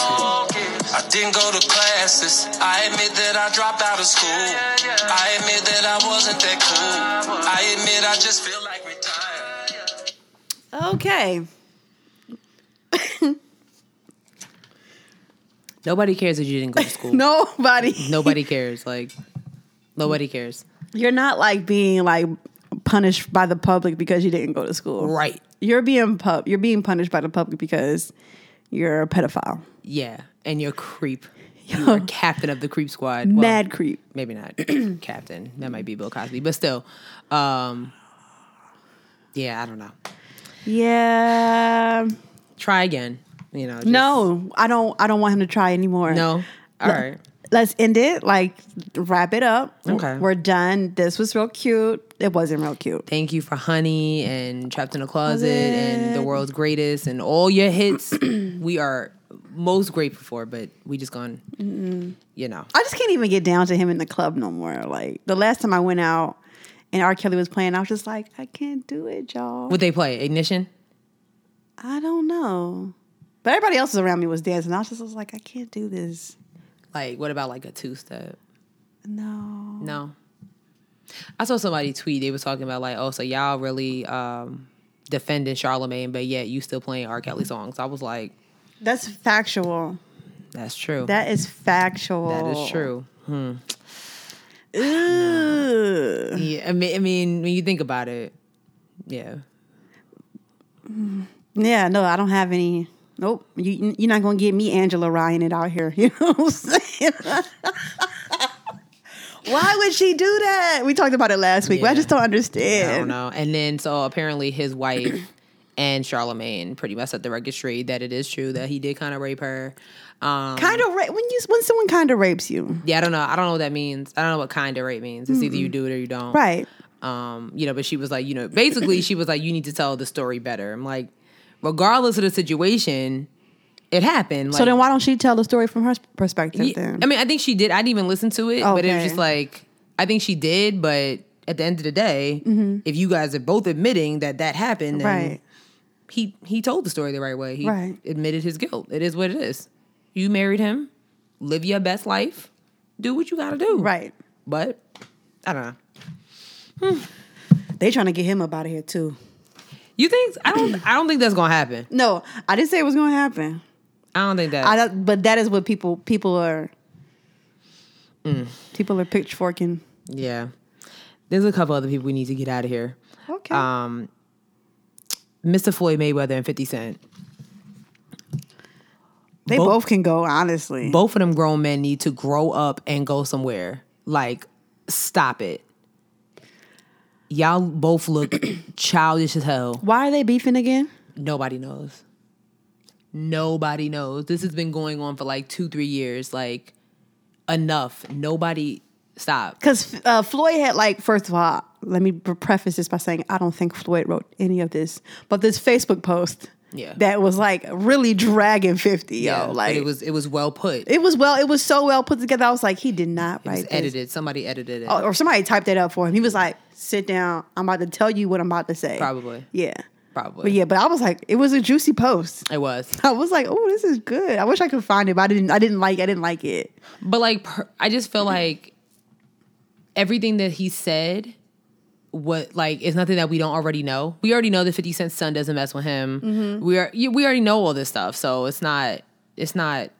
Speaker 6: I didn't go to classes. I admit that I dropped out of school. I admit that I wasn't that cool. I admit I just feel like retired.
Speaker 2: Okay.
Speaker 1: Nobody cares that you didn't go to
Speaker 2: [laughs]
Speaker 1: school.
Speaker 2: Nobody.
Speaker 1: Nobody cares. Like nobody cares.
Speaker 2: You're not like being like punished by the public because you didn't go to school.
Speaker 1: Right.
Speaker 2: You're being pub you're being punished by the public because you're a pedophile.
Speaker 1: Yeah. And you're creep. You are captain of the creep squad. Well,
Speaker 2: Mad creep.
Speaker 1: Maybe [clears throat] not captain. That might be Bill Cosby, but still. Um, yeah, I don't know.
Speaker 2: Yeah.
Speaker 1: Try again. You know. just-
Speaker 2: No, I don't I don't want him to try anymore.
Speaker 1: No. All
Speaker 2: Le-
Speaker 1: right.
Speaker 2: Let's end it. Like wrap it up.
Speaker 1: Okay.
Speaker 2: We're done. This was real cute. It wasn't real cute.
Speaker 1: Thank you for Honey and Trapped in a Closet and The World's Greatest and all your hits. [clears throat] we are most grateful for, but we just gone, you know.
Speaker 2: I just can't even get down to him in the club no more. Like the last time I went out and R. Kelly was playing, I was just like, I can't do it, y'all.
Speaker 1: What they play? Ignition?
Speaker 2: I don't know. But everybody else around me was dancing. I was just was like, I can't do this.
Speaker 1: Like, what about like a two step?
Speaker 2: No.
Speaker 1: No. I saw somebody tweet, they was talking about like, oh, so y'all really um, defending Charlemagne, but yet you still playing R. Kelly songs. I was like,
Speaker 2: That's factual.
Speaker 1: that's true.
Speaker 2: That is factual.
Speaker 1: that is true.
Speaker 2: Ooh.
Speaker 1: Yeah, I mean, I mean, when you think about it, yeah.
Speaker 2: Yeah, no, I don't have any. Nope. You, you're not going to get me Angela Ryan it out here. [laughs] You know what I'm saying? [laughs] Why would she do that? We talked about it last week. but I
Speaker 1: Yeah.
Speaker 2: just don't
Speaker 1: I don't
Speaker 2: understand.
Speaker 1: know. And then so apparently his wife [clears throat] and Charlemagne pretty much set the record straight that it is true that he did kind of rape her. Um,
Speaker 2: Kind of ra- when you when someone kind of rapes you,
Speaker 1: yeah, I don't know. I don't know what that means. I don't know what kind of rape means. It's either you do it or you don't.
Speaker 2: right?
Speaker 1: Um, you know, but she was like, you know, basically she was like, you need to tell the story better. I'm like, regardless of the situation, it happened. Like,
Speaker 2: so then, why don't she tell the story from her perspective?
Speaker 1: Ye-
Speaker 2: then
Speaker 1: I mean, I think she did. I didn't even listen to it, but it was
Speaker 2: Okay.
Speaker 1: just like I think she did. But at the end of the day, if you guys are both admitting that that happened, then
Speaker 2: Mm-hmm. Right.
Speaker 1: He he told the story the right way. He
Speaker 2: Right.
Speaker 1: admitted his guilt. It is what it is. You married him. Live your best life. Do what you got to do.
Speaker 2: right?
Speaker 1: But I don't know.
Speaker 2: They trying to get him up out of here too.
Speaker 1: You think I don't? I don't think that's gonna happen.
Speaker 2: No, I didn't say it was going to happen.
Speaker 1: I don't think that.
Speaker 2: I don't, but that is what people people are.
Speaker 1: Mm.
Speaker 2: People are pitchforking.
Speaker 1: yeah. There's a couple other people we need to get out of here.
Speaker 2: Okay.
Speaker 1: um, Mr. Floyd Mayweather and 50 Cent.
Speaker 2: they
Speaker 1: both-
Speaker 2: both, can go, honestly.
Speaker 1: Both of them grown men need to grow up and go somewhere. Like, stop it. Y'all both look [clears throat] childish as hell.
Speaker 2: Why are they beefing again?
Speaker 1: Nobody knows. Nobody knows. This has been going on for like two, three years. Like, enough. Nobody, stop.
Speaker 2: Because uh, Floyd had, like, first of all, let me pre- preface this by saying I don't think Floyd wrote any of this, but this Facebook post
Speaker 1: Yeah.
Speaker 2: that was, like, really dragging 50,
Speaker 1: Yeah,
Speaker 2: yo.
Speaker 1: but
Speaker 2: Like,
Speaker 1: it was, it was well put. It
Speaker 2: It was well. It was so well put together. I was like, he did not write
Speaker 1: was
Speaker 2: this.
Speaker 1: edited. Somebody edited it.
Speaker 2: Oh, or somebody typed that up for him. He was like, "Sit down. I'm about to tell you what I'm about to say."
Speaker 1: Probably.
Speaker 2: Yeah.
Speaker 1: Probably.
Speaker 2: But yeah, but I was like, it was a juicy post. [laughs]
Speaker 1: It was.
Speaker 2: I was like, oh, this is good. I wish I could find it, but I didn't. I didn't like. I didn't like it.
Speaker 1: But like, per, I just feel like everything that he said, what like is nothing that we don't already know. We already know that Fifty Cent's son doesn't mess with him. We are you- we already know all this stuff, so it's not it's not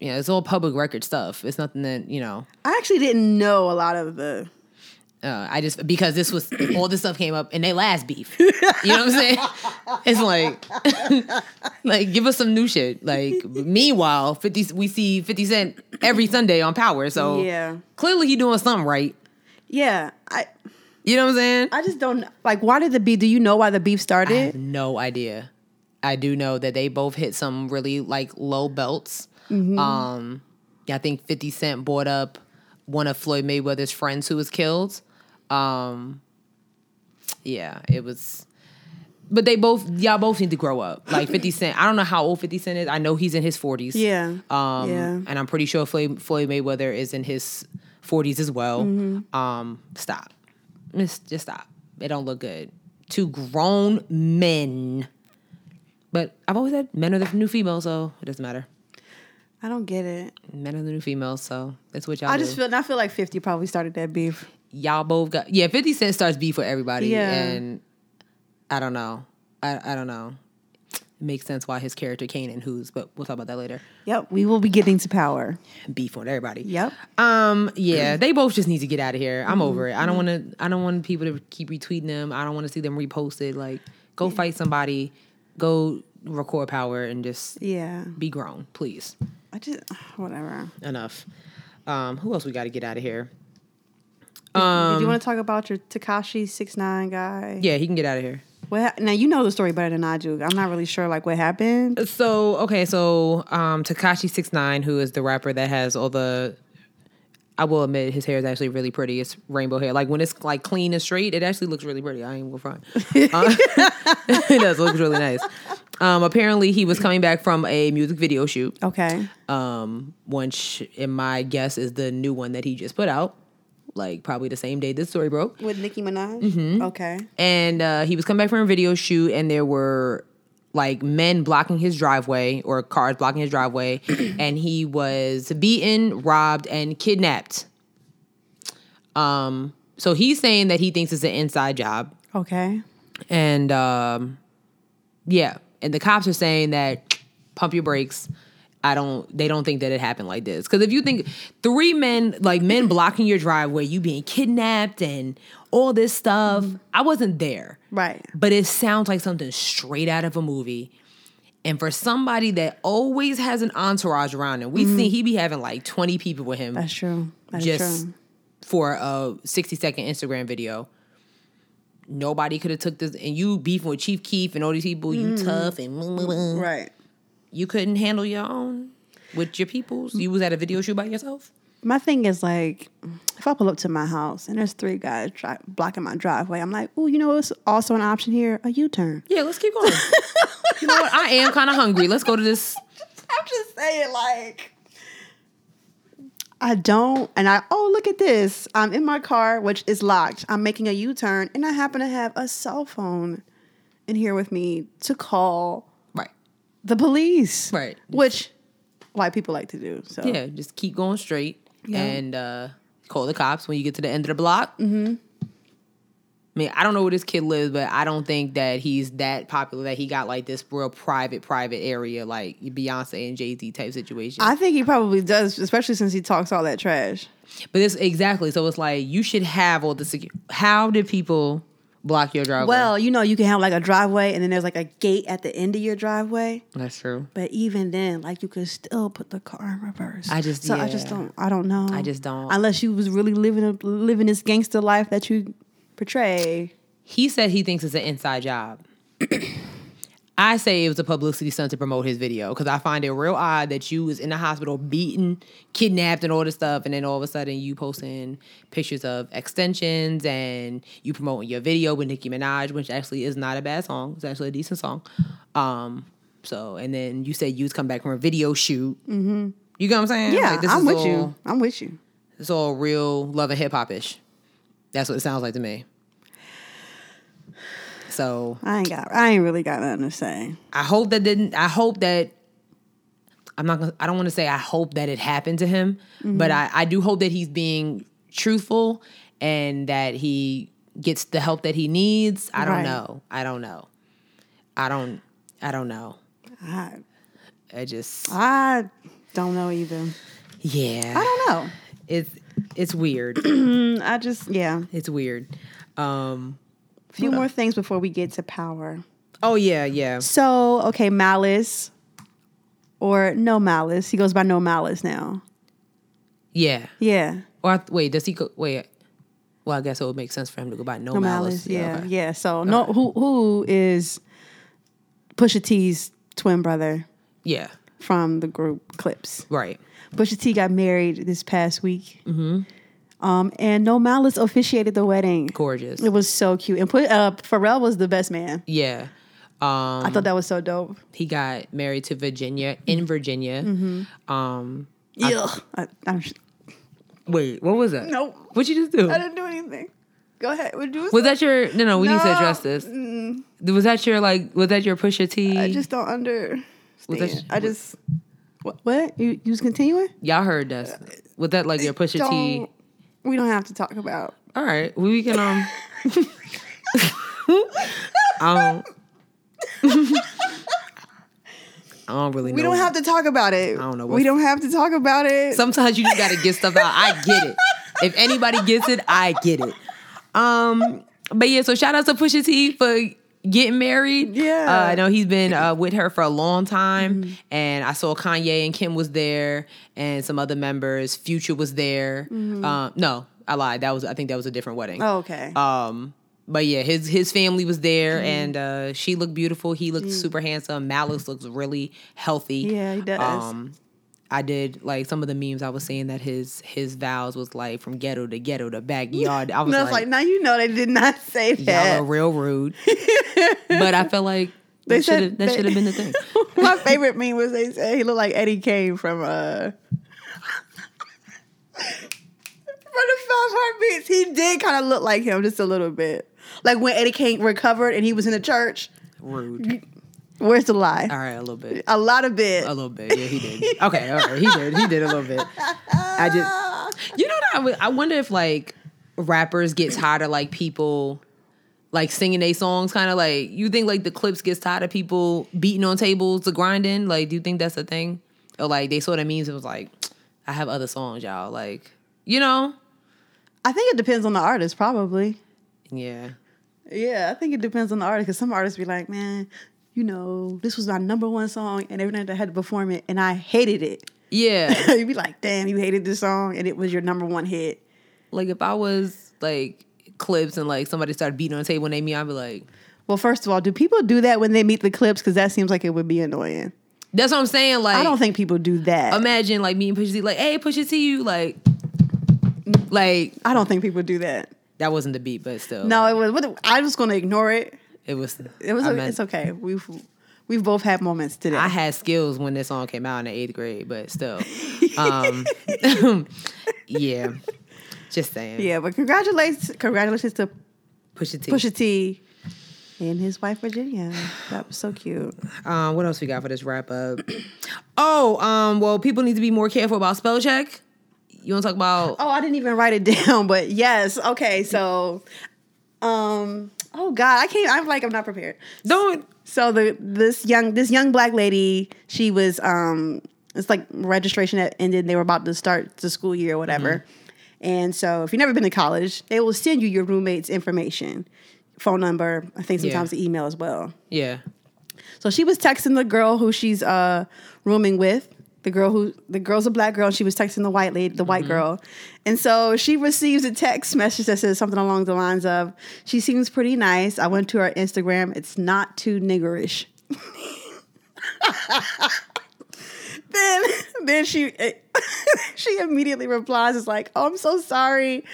Speaker 1: you know it's all public record stuff. It's nothing that you know.
Speaker 2: I actually didn't know a lot of the.
Speaker 1: Uh, I just because this was [clears throat] all this stuff came up in their last beef. You know what I'm saying? [laughs] It's like, [laughs] like give us some new shit. Like meanwhile, fifty we see Fifty Cent every Sunday on Power, so
Speaker 2: Yeah.
Speaker 1: clearly he doing something right.
Speaker 2: Yeah, I.
Speaker 1: You know what I'm saying?
Speaker 2: I just don't like. Why did the beef? Do you know why the beef
Speaker 1: I have
Speaker 2: started?
Speaker 1: no idea. I do know that they both hit some really like low belts.
Speaker 2: Mm-hmm.
Speaker 1: Um, yeah, I think 50 Cent brought up one of Floyd Mayweather's friends who was killed. Um, yeah, it was. But they both, y'all both need to grow up. Like 50 Cent, I don't know how old 50 Cent is. I know he's in his 40s.
Speaker 2: Yeah.
Speaker 1: Um,
Speaker 2: Yeah.
Speaker 1: And I'm pretty sure Floyd, Floyd Mayweather is in his 40s as well.
Speaker 2: Mm-hmm.
Speaker 1: Um, stop. Just, just stop. It don't look good. Two grown men But I've always said men are the new female, so it doesn't matter.
Speaker 2: I don't get it.
Speaker 1: Men are the new female, so that's what y'all
Speaker 2: I
Speaker 1: do.
Speaker 2: just feel. and I feel like Fifty probably started that beef.
Speaker 1: y'all both got yeah. Fifty Cent starts beef with everybody,
Speaker 2: Yeah.
Speaker 1: and I don't know. I I don't know. It makes sense why his character Kanan, who's but we'll talk about that later.
Speaker 2: Yep, we will be getting to power.
Speaker 1: Beef with everybody.
Speaker 2: Yep. Mm-hmm.
Speaker 1: Um. Yeah. They both just need to get out of here. I'm over it. I don't want to. I don't want people to keep retweeting them. I don't want to see them reposted. Like, go fight somebody. Go record power and just
Speaker 2: Yeah,
Speaker 1: be grown, please.
Speaker 2: I just [sighs] whatever.
Speaker 1: Enough. Um. Who else we got to get out of here?
Speaker 2: Do you want to talk about your Takashi six nine guy?
Speaker 1: Yeah, he can get out of here.
Speaker 2: What hap- now you know the story better than I do. I'm not really sure like what happened.
Speaker 1: So okay, so um Takashi Six Nine, who is the rapper that has all the I will admit his hair is actually really pretty. It's rainbow hair. Like when it's like clean and straight, it actually looks really pretty. I ain't gonna front. Uh, [laughs] it does look really nice. Um apparently he was coming back from a music video shoot.
Speaker 2: Okay.
Speaker 1: Um which in my guess is the new one that he just put out. Like probably the same day this story broke
Speaker 2: With Nicki Minaj. Okay.
Speaker 1: and uh, he was coming back from a video shoot, and there were like men blocking his driveway or cars blocking his driveway, and he was beaten, robbed, and kidnapped. Um, so he's saying that he thinks it's an inside job,
Speaker 2: Okay.
Speaker 1: and um, yeah, and the cops are saying that pump your brakes. I don't. They don't think that it happened like this. Because if you think three men, like men blocking your driveway, you being kidnapped and all this stuff, I wasn't there
Speaker 2: Right.
Speaker 1: but it sounds like something straight out of a movie. And for somebody that always has an entourage around him, we see he be having like 20 people with him
Speaker 2: Mm-hmm. That's true. That's
Speaker 1: just
Speaker 2: true.
Speaker 1: for a 60 second Instagram video. Nobody could have took this and you beefing with Chief Keef and all these people, you
Speaker 2: Mm-hmm.
Speaker 1: tough and blah, blah, blah.
Speaker 2: Right.
Speaker 1: you couldn't handle your own with your peoples. You was at a video shoot by yourself.
Speaker 2: My thing is like, if I pull up to my house and there's three guys dri- blocking my driveway, I'm like, oh, you know what's also an option here? A U-turn.
Speaker 1: Yeah, let's keep going. you know what? I am kind of hungry. Let's go to this.
Speaker 2: I'm just saying, like, I don't, and I, oh, look at this. I'm in my car, which is locked. I'm making a U turn, and I happen to have a cell phone in here with me to call
Speaker 1: Right.
Speaker 2: the police.
Speaker 1: Right.
Speaker 2: Which white people like to do. So,
Speaker 1: Yeah, just keep going straight
Speaker 2: Yeah.
Speaker 1: and uh, call the cops when you get to the end of the block. Mm-hmm. I mean, I don't know where this kid lives, but I don't think that he's that popular that he got like this real private, private area like Beyonce and Jay Z type situation.
Speaker 2: I think he probably does, especially since he talks all that trash.
Speaker 1: but it's exactly so. It's like you should have all the security. How did people block your driveway?
Speaker 2: Well, you know, you can have like a driveway, and then there's like a gate at the end of your driveway.
Speaker 1: that's true.
Speaker 2: But even then, like you could still put the car in reverse.
Speaker 1: I just-
Speaker 2: so I just
Speaker 1: yeah.
Speaker 2: don't I don't know. I
Speaker 1: just don't.
Speaker 2: Unless you was really living a, living this gangster life that you portray.
Speaker 1: He said he thinks it's an inside job. [clears throat] I say it was a publicity stunt to promote his video because I find it real odd that you was in the hospital beaten, kidnapped, and all this stuff, and then all of a sudden you posting pictures of extensions and you promoting your video with Nicki Minaj, which actually is not a bad song. It's actually a decent song. Um, so and then you said you was come back from a video shoot. Mm-hmm. You get what I'm saying?
Speaker 2: Yeah,
Speaker 1: Like, this
Speaker 2: I'm
Speaker 1: is
Speaker 2: with
Speaker 1: all-
Speaker 2: you. I'm with you.
Speaker 1: It's all real love and hip hop ish. That's what it sounds like to me. So
Speaker 2: I ain't got I ain't really got nothing to say.
Speaker 1: I hope that didn't. I hope that I'm not. Gonna, I don't want to say I hope that it happened to him, but I, I do hope that he's being truthful and that he gets the help that he needs. I don't
Speaker 2: Right.
Speaker 1: know. I don't know. I don't. I don't know.
Speaker 2: I
Speaker 1: I just.
Speaker 2: I don't know either.
Speaker 1: Yeah.
Speaker 2: I don't
Speaker 1: It's it's weird.
Speaker 2: know. I just yeah.
Speaker 1: it's weird. Um.
Speaker 2: A few more things before we get to power.
Speaker 1: Oh yeah. Yeah.
Speaker 2: So okay, malice or no malice. He goes by no malice now.
Speaker 1: Yeah.
Speaker 2: Yeah.
Speaker 1: Or I, wait, does he go? Wait. Well, I guess it would make sense for him to go by no,
Speaker 2: No
Speaker 1: malice.
Speaker 2: malice. Yeah,
Speaker 1: okay.
Speaker 2: yeah. So no, who who is Pusha T's twin brother
Speaker 1: Yeah.
Speaker 2: from the group Clips?
Speaker 1: Right.
Speaker 2: Pusha T got married this past week, mm-hmm. um, and No Malice officiated the wedding.
Speaker 1: Gorgeous.
Speaker 2: It was so cute, and put uh, Pharrell was the best man.
Speaker 1: Yeah. Um,
Speaker 2: I thought that was so dope.
Speaker 1: he got married to Virginia in Virginia.
Speaker 2: Mm-hmm.
Speaker 1: Um,
Speaker 2: Yeah, I, I'm, sh-
Speaker 1: wait, what was that?
Speaker 2: Nope.
Speaker 1: What'd you just do?
Speaker 2: I didn't do anything. Go ahead. Would you
Speaker 1: Was that your no no? We need to
Speaker 2: No.
Speaker 1: address this. Was that your like? Was that your Pusha T?
Speaker 2: I just don't understand.
Speaker 1: Was that-
Speaker 2: I just what, what? You you was continuing?
Speaker 1: Y'all heard that? Was that like your Pusha T?
Speaker 2: Don't- We don't have to talk about.
Speaker 1: All right, we can um. [laughs] I don't. [laughs] I don't really. Know.
Speaker 2: We don't have to talk about it.
Speaker 1: I don't know
Speaker 2: We
Speaker 1: what's-
Speaker 2: don't have to talk about it.
Speaker 1: Sometimes you just gotta get stuff out. I get it. If anybody gets it, I get it. Um, but yeah, so shout out to Pusha T for getting married.
Speaker 2: Yeah.
Speaker 1: Uh, I know he's been uh, with her for a long time, and I saw Kanye and Kim was there, and some other members. Future was there. Um, no, I lied. That was I think that was a different wedding.
Speaker 2: oh, okay.
Speaker 1: Um, but yeah, his his family was there,
Speaker 2: Mm-hmm.
Speaker 1: and uh, she looked beautiful. He looked super handsome. Malice looks really healthy.
Speaker 2: Mm.
Speaker 1: Um,
Speaker 2: Yeah, he does.
Speaker 1: I did like some of the memes I was seeing that his his vows was like from ghetto to ghetto to backyard. I was
Speaker 2: [laughs] and I was like,
Speaker 1: like,
Speaker 2: now you know they did not say
Speaker 1: y'all are
Speaker 2: [laughs] that.
Speaker 1: real rude. but I felt like
Speaker 2: They
Speaker 1: that should have
Speaker 2: said
Speaker 1: that
Speaker 2: they-
Speaker 1: should have
Speaker 2: [laughs]
Speaker 1: been the thing.
Speaker 2: My favorite meme was they said he looked like Eddie Kane from uh from the Five Heartbeats. He did kind of look like him just a little bit, like when Eddie Kane recovered and he was in the church.
Speaker 1: Rude.
Speaker 2: Where's the lie?
Speaker 1: All right, a little bit.
Speaker 2: A lot of bit.
Speaker 1: A little bit. Yeah, he did. Okay, all right. He did. He did a little bit. I just, you know what? I, would- I wonder if like rappers get tired of like people like singing their songs, kind of like you think like the clips gets tired of people beating on tables to grinding. Like, do you think that's a thing? Or like they saw the memes and was like, I have other songs, y'all. Like, you know?
Speaker 2: I think it depends on the artist, probably.
Speaker 1: Yeah.
Speaker 2: Yeah, I think it depends on the artist because some artists be like, man, you know, this was my number one song, and every night I had to perform it, and I hated it. [laughs]
Speaker 1: Yeah.
Speaker 2: You'd be like, damn, you hated this song, and it was your number one hit.
Speaker 1: like if I was like clips and like somebody started beating on a table and they me, I'd be like,
Speaker 2: Well, first of all, do people do that when they meet the clips? Because that seems like it would be annoying.
Speaker 1: that's what I'm saying. Like
Speaker 2: I don't think people do that.
Speaker 1: imagine like me and Pusha T, like, hey, Pusha T, you like, like
Speaker 2: I don't think people do that.
Speaker 1: that wasn't the beat, but still,
Speaker 2: No, it was. What, I was going to ignore it.
Speaker 1: it was.
Speaker 2: It was.
Speaker 1: I,
Speaker 2: o-
Speaker 1: meant-
Speaker 2: it's okay. We've we've both had moments today.
Speaker 1: I had skills when this song came out in the eighth grade, but
Speaker 2: [laughs]
Speaker 1: still, um, [laughs] yeah, just saying.
Speaker 2: yeah, but congratulations, congratulations to
Speaker 1: Pusha T.
Speaker 2: Pusha T and his wife Virginia. That was so cute.
Speaker 1: Um, what else we got for this wrap up? [clears throat] oh, um, well, people need to be more careful about spell check. You want to talk about?
Speaker 2: Oh, I didn't even write it [laughs] down, but yes. Okay, so um oh god, I can't I'm like I'm not prepared.
Speaker 1: Don't
Speaker 2: So the this young this young black lady, she was um it's like registration had ended. They were about to start the school year or whatever. And so if you've never been to college, they will send you your roommate's information, phone number, I think
Speaker 1: Yeah.
Speaker 2: sometimes the email as well.
Speaker 1: yeah.
Speaker 2: So she was texting the girl who she's uh, rooming with. The girl who the girl's a black girl. And she was texting the white lady, the white girl, and so she receives a text message that says something along the lines of, "She seems pretty nice. I went to her Instagram. It's not too niggerish." [laughs] then then she [laughs] she immediately replies, "Is like, oh, I'm so sorry.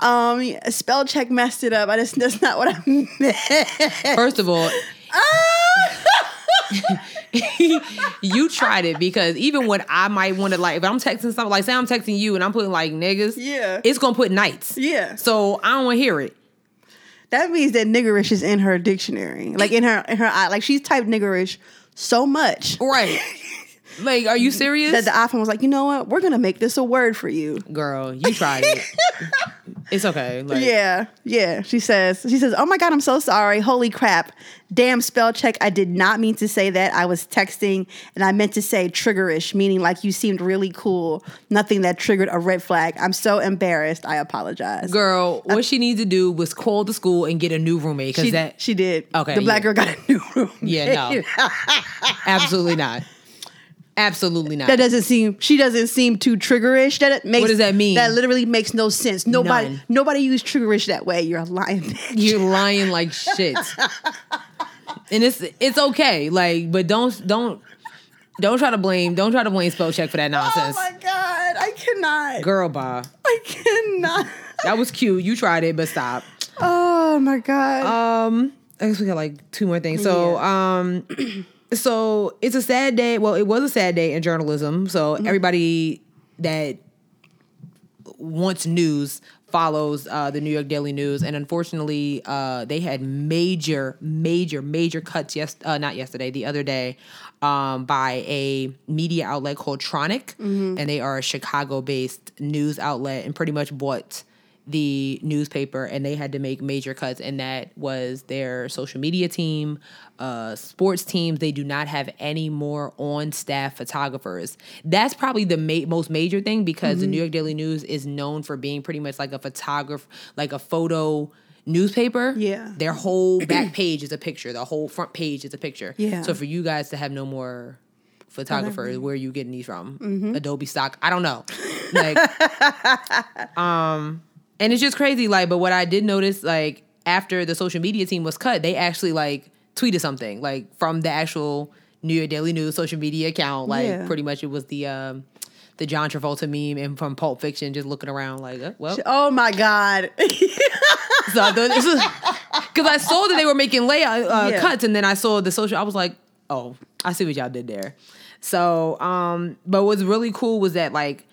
Speaker 2: Um, spell check messed it up. I just that's not what I [laughs] meant."
Speaker 1: First of all,
Speaker 2: Ah!
Speaker 1: [laughs] you tried it because even when I might want to like if I'm texting something like say I'm texting you and I'm putting like niggas,
Speaker 2: Yeah.
Speaker 1: it's gonna put nights.
Speaker 2: Yeah.
Speaker 1: So I don't want to hear it.
Speaker 2: That means that niggerish is in her dictionary, like in her in her eye. Like she's typed niggerish so much [laughs]
Speaker 1: Right. like, are you serious?
Speaker 2: that the iPhone was like, you know what? We're gonna make this a word for you.
Speaker 1: Girl, you
Speaker 2: [laughs]
Speaker 1: tried it. it's okay. Like,
Speaker 2: Yeah, yeah. She says, she says, oh my god, I'm so sorry. Holy crap, damn spell check. I did not mean to say that. I was texting and I meant to say triggerish, meaning like you seemed really cool. Nothing that triggered a red flag. I'm so embarrassed. I apologize.
Speaker 1: Girl, what she needs to do was call the school and get a new roommate because
Speaker 2: she,
Speaker 1: that
Speaker 2: [laughs] she did.
Speaker 1: Okay,
Speaker 2: the black
Speaker 1: yeah.
Speaker 2: girl got a new room.
Speaker 1: Yeah,
Speaker 2: [laughs]
Speaker 1: no. absolutely not. Absolutely not.
Speaker 2: That doesn't seem. She doesn't seem too triggerish. That makes.
Speaker 1: What does that mean?
Speaker 2: That literally makes no sense. Nobody.
Speaker 1: None.
Speaker 2: Nobody used triggerish that way. You're a lying. bitch.
Speaker 1: You're lying like shit. and it's it's okay. Like, but don't don't don't try to blame don't try to blame spell check for that
Speaker 2: [laughs] Oh
Speaker 1: nonsense.
Speaker 2: my god! I cannot.
Speaker 1: Girl bye.
Speaker 2: I cannot.
Speaker 1: That was cute. You tried it, but stop.
Speaker 2: Oh my god.
Speaker 1: Um I guess we got like two more things. So um [clears throat] so it's a sad day. Well, it was a sad day in journalism. So everybody that wants news follows uh, the New York Daily News, and unfortunately, uh, they had major, major, major cuts. Yes, uh, not yesterday, the other day, um, by a media outlet called Tronic, and they are a Chicago-based news outlet, and pretty much bought the newspaper and they had to make major cuts and that was their social media team uh sports teams they do not have any more on staff photographers that's probably the ma- most major thing because
Speaker 2: Mm-hmm.
Speaker 1: the new york daily news is known for being pretty much like a photographer like a photo newspaper
Speaker 2: Yeah.
Speaker 1: their
Speaker 2: [clears throat]
Speaker 1: whole back page is a picture the whole front page is a picture
Speaker 2: Yeah.
Speaker 1: so for you guys to have no more photographers where are you getting these from
Speaker 2: Mm-hmm.
Speaker 1: adobe stock i don't know
Speaker 2: [laughs]
Speaker 1: like and it's just crazy, like, but what I did notice, like, after the social media team was cut, they actually like tweeted something, like from the actual New York Daily News social media account. Like
Speaker 2: Yeah.
Speaker 1: pretty much it was the um the John Travolta meme and from Pulp Fiction just looking around like, uh,
Speaker 2: [laughs]
Speaker 1: well,
Speaker 2: Oh my God. [laughs]
Speaker 1: so I thought because I saw that they were making layout uh,
Speaker 2: Yeah.
Speaker 1: cuts, and then I saw the social. I was like, oh, I see what y'all did there. So, um, but what's really cool was that like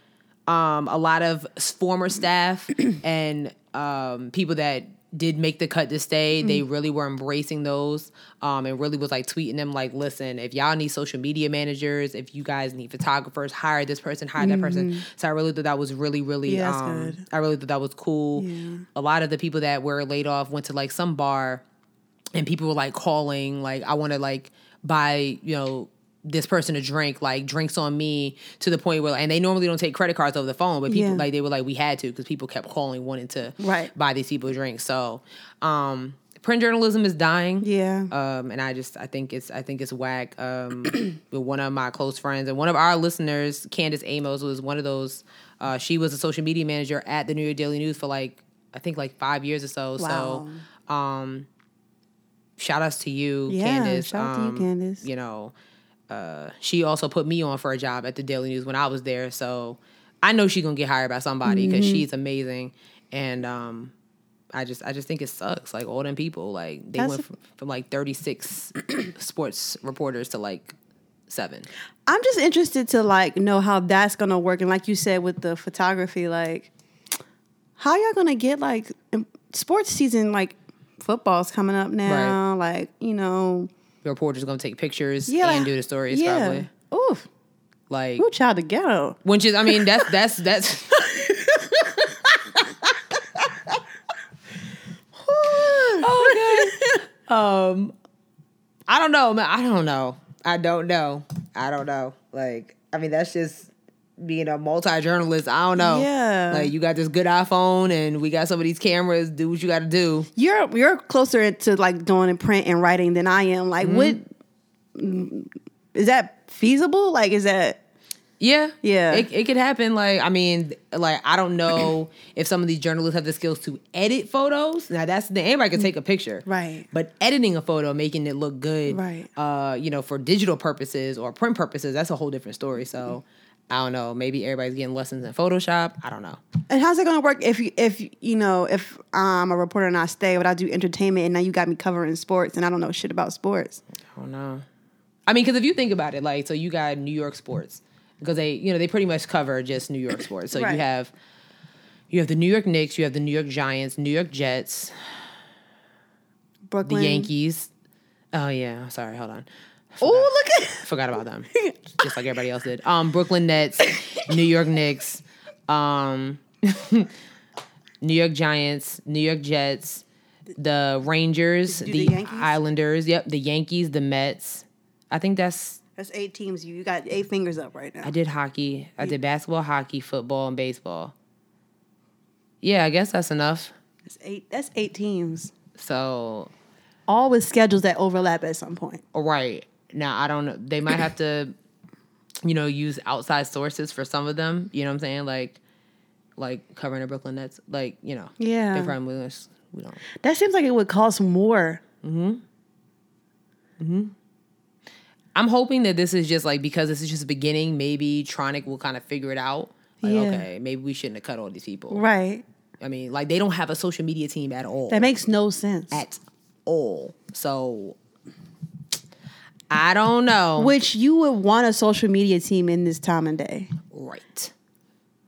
Speaker 1: um, a lot of s- former
Speaker 2: [clears throat]
Speaker 1: staff and um, people that did make the cut to stay, they
Speaker 2: Mm-hmm.
Speaker 1: really were embracing those um, and really was like tweeting them like, listen, if y'all need social media managers, if you guys need photographers, hire this person, hire that person. So I really thought that was really, really,
Speaker 2: Mm-hmm. Yeah, that's
Speaker 1: um,
Speaker 2: good.
Speaker 1: I really thought that was cool. A lot of the people that were laid off went to like some bar and people were like calling, like, I want to like buy, you know, this person a drink, like drinks on me to the point where, and they normally don't take credit cards over the phone, but people
Speaker 2: Yeah.
Speaker 1: like, they were like, we had to because people kept calling wanting to
Speaker 2: Right.
Speaker 1: buy these people drinks. So, um, print journalism is dying.
Speaker 2: Yeah.
Speaker 1: Um, and I just I think it's I think it's whack. Um, [clears throat] with one of my close friends and one of our listeners, Candace Amos, was one of those. Uh, she was a social media manager at the New York Daily News for like I think like five years or so.
Speaker 2: Wow.
Speaker 1: So, um, shout outs to you,
Speaker 2: Yeah,
Speaker 1: Candace.
Speaker 2: shout out to you,
Speaker 1: Um,
Speaker 2: Candace.
Speaker 1: You know, uh, she also put me on for a job at the Daily News when I was there. So I know she's gonna get hired by somebody
Speaker 2: Mm-hmm.
Speaker 1: because she's amazing. And um, I just I just think it sucks. Like all them people, like they
Speaker 2: That's-
Speaker 1: went from, from like thirty six [clears throat] sports reporters to like seven.
Speaker 2: I'm just interested to like know how that's gonna work, and like you said with the photography, like how y'all gonna get like in- sports season, like football's coming up now, like you know,
Speaker 1: The reporters gonna take pictures
Speaker 2: yeah,
Speaker 1: and
Speaker 2: like-
Speaker 1: do the stories probably.
Speaker 2: Oof,
Speaker 1: Like
Speaker 2: ooh, child, the ghetto.
Speaker 1: which is I mean that's that's that's [laughs] Oh, Um, I don't know, man. I don't know. I don't know. I don't know. Like, I mean, that's just being a multi journalist. I don't know.
Speaker 2: Yeah.
Speaker 1: Like, you got this good iPhone, and we got some of these cameras. Do what you got to do.
Speaker 2: You're you're closer to like going in print and writing than I am. Like, what mm, is that feasible? Like, is that
Speaker 1: Yeah.
Speaker 2: Yeah.
Speaker 1: It, it could happen. Like, I mean, like, I don't know [clears throat] if some of these journalists have the skills to edit photos. Now, that's the anybody can take a picture.
Speaker 2: Right.
Speaker 1: But editing a photo, making it look good,
Speaker 2: Right.
Speaker 1: uh, you know, for digital purposes or print purposes, that's a whole different story. So, I don't know. Maybe everybody's getting lessons in Photoshop. I don't know.
Speaker 2: And how's it gonna work if you if you know if I'm a reporter and I stay but I do entertainment and now you got me covering sports and I don't know shit about sports.
Speaker 1: don't know. I mean, because if you think about it, like, so you got New York sports because they, you know, they pretty much cover just New York sports. So
Speaker 2: Right.
Speaker 1: you have you have the New York Knicks, you have the New York Giants, New York Jets, the
Speaker 2: Brooklyn
Speaker 1: Yankees. Oh yeah, I'm sorry. Hold on,
Speaker 2: Oh look at [laughs]
Speaker 1: forgot about them. [laughs] just like everybody else did. Um, Brooklyn Nets, New York Knicks, um, [laughs] New York Giants, New York Jets, the Rangers,
Speaker 2: Did you
Speaker 1: the,
Speaker 2: do the Yankees?
Speaker 1: Islanders. Yep, the Yankees, the Mets. I think that's
Speaker 2: that's eight teams. You you got eight fingers up right now.
Speaker 1: I did hockey. I did basketball, hockey, football, and baseball. Yeah, I guess that's enough.
Speaker 2: That's eight. That's eight teams.
Speaker 1: So,
Speaker 2: All with schedules that overlap at some point.
Speaker 1: all right now I don't know. They might have to, you know, use outside sources for some of them. You know what I'm saying? Like, like covering the Brooklyn Nets. Like, you know,
Speaker 2: Yeah.
Speaker 1: They probably just- we don't.
Speaker 2: That seems like it would cost more.
Speaker 1: I'm hoping that this is just like because this is just the beginning. Maybe Tronic will kind of figure it out. Like,
Speaker 2: Yeah.
Speaker 1: okay, maybe we shouldn't have cut all these people.
Speaker 2: Right.
Speaker 1: I mean, like they don't have a social media team at all.
Speaker 2: That makes no sense.
Speaker 1: at all. So I don't know.
Speaker 2: Which you would want a social media team in this time and day.
Speaker 1: right.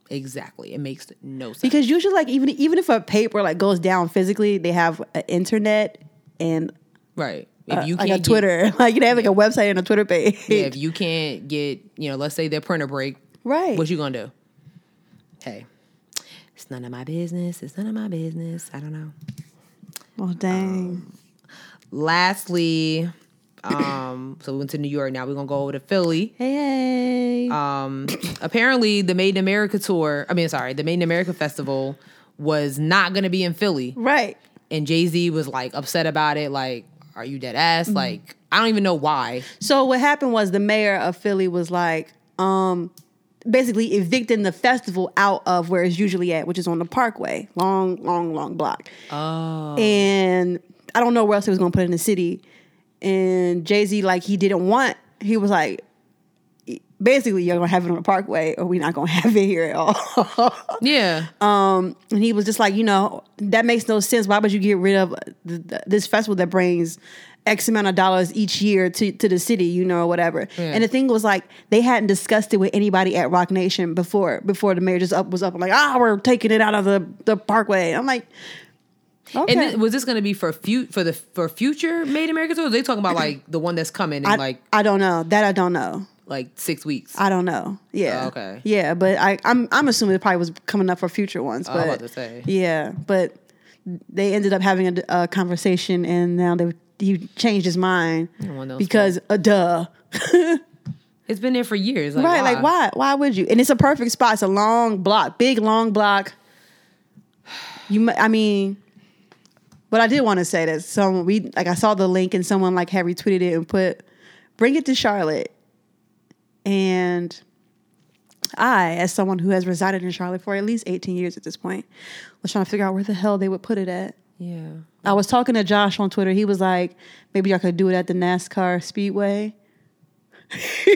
Speaker 1: Exactly. It makes no sense.
Speaker 2: Because usually, like even even if a paper like goes down physically, they have an internet and
Speaker 1: right. If
Speaker 2: uh,
Speaker 1: you
Speaker 2: like
Speaker 1: can't
Speaker 2: a
Speaker 1: get-
Speaker 2: Twitter, [laughs] like you know, have like a website and a Twitter page.
Speaker 1: yeah, if you can't get, you know, let's say their printer break,
Speaker 2: Right.
Speaker 1: what you gonna do? Hey, it's none of my business. It's none of my business. I don't know.
Speaker 2: oh dang.
Speaker 1: Lastly, um, [coughs] so we went to New York. Now we're gonna go over to Philly.
Speaker 2: hey.
Speaker 1: Um, apparently, the Made in America tour. I mean, sorry, the Made in America festival was not gonna be in Philly,
Speaker 2: right.
Speaker 1: and Jay Z was like upset about it. Like, are you dead ass? Like, I don't even know why.
Speaker 2: So what happened was the mayor of Philly was like, um, basically evicting the festival out of where it's usually at, which is on the Parkway, long, long, long block. Oh. And I don't know where else he was gonna put it in the city. And Jay Z, like, he didn't want. He was like, "E, basically, you're gonna have it on the Parkway, or we're not gonna [laughs] have it here at all.
Speaker 1: Yeah,
Speaker 2: and he was just like, you know, that makes no sense. Why would you get rid of th- th- this festival that brings X amount of dollars each year to, to the city, you know, or whatever? And the thing was like, they hadn't discussed it with anybody at Rock Nation before before the mayor just up was up and like, ah, we're taking it out of the, the parkway. I'm like, okay.
Speaker 1: and thi- was this gonna be for fu- for the for future Made in America tours? They talking about like the one that's coming in
Speaker 2: I,
Speaker 1: like
Speaker 2: I don't know. That I don't know.
Speaker 1: like six weeks.
Speaker 2: I don't know. Yeah.
Speaker 1: Oh, okay.
Speaker 2: Yeah, but I, I'm I'm assuming it probably was coming up for future ones.
Speaker 1: I was
Speaker 2: But
Speaker 1: Oh, about to say.
Speaker 2: Yeah, but they ended up having a, a conversation, and now they he changed his mind
Speaker 1: one of those
Speaker 2: because uh, duh.
Speaker 1: It's been there for years. Like,
Speaker 2: Right,
Speaker 1: why?
Speaker 2: like why? Why would you? And it's a perfect spot. It's a long block, big long block. You, mu- I mean, but I did want to say that some we like I saw the link and someone like had retweeted it and put, "Bring it to Charlotte," and I, as someone who has resided in Charlotte for at least eighteen years at this point, was trying to figure out where the hell they would put it at.
Speaker 1: Yeah.
Speaker 2: I was talking to Josh on Twitter. He was like, "Maybe y'all could do it at the NASCAR Speedway." [laughs]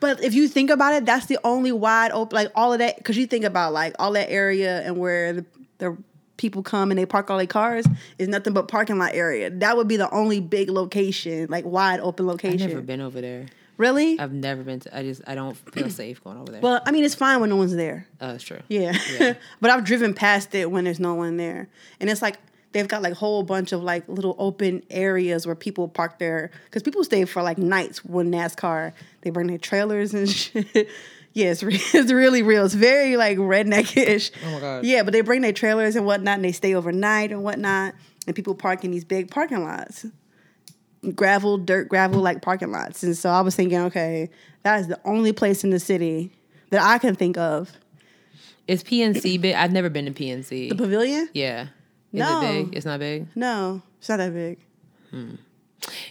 Speaker 2: But if you think about it, that's the only wide open, like all of that, because you think about like all that area and where the, the people come and they park all their cars is nothing but parking lot area. That would be the only big location, like wide open
Speaker 1: I've
Speaker 2: location.
Speaker 1: never been over there.
Speaker 2: really?
Speaker 1: I've never been. To, I just I don't [clears throat] feel safe going over there.
Speaker 2: well, I mean, it's fine when no one's there.
Speaker 1: oh, that's true.
Speaker 2: Yeah. [laughs] but I've driven past it when there's no one there. And it's like they've got like whole bunch of like little open areas where people park their cuz people stay for like nights when NASCAR. They bring their trailers and [laughs] shit. Yeah, it's, re- [laughs] it's really real. It's very like redneckish. Oh
Speaker 1: my God.
Speaker 2: Yeah, but they bring their trailers and whatnot, and they stay overnight and whatnot, and people park in these big parking lots, gravel, dirt gravel like parking lots. And so I was thinking, okay, that is the only place in the city that I can think of.
Speaker 1: It's PNC big. I've never been to PNC.
Speaker 2: The pavilion?
Speaker 1: yeah. Is
Speaker 2: No.
Speaker 1: it big? It's not big.
Speaker 2: No, it's not that big.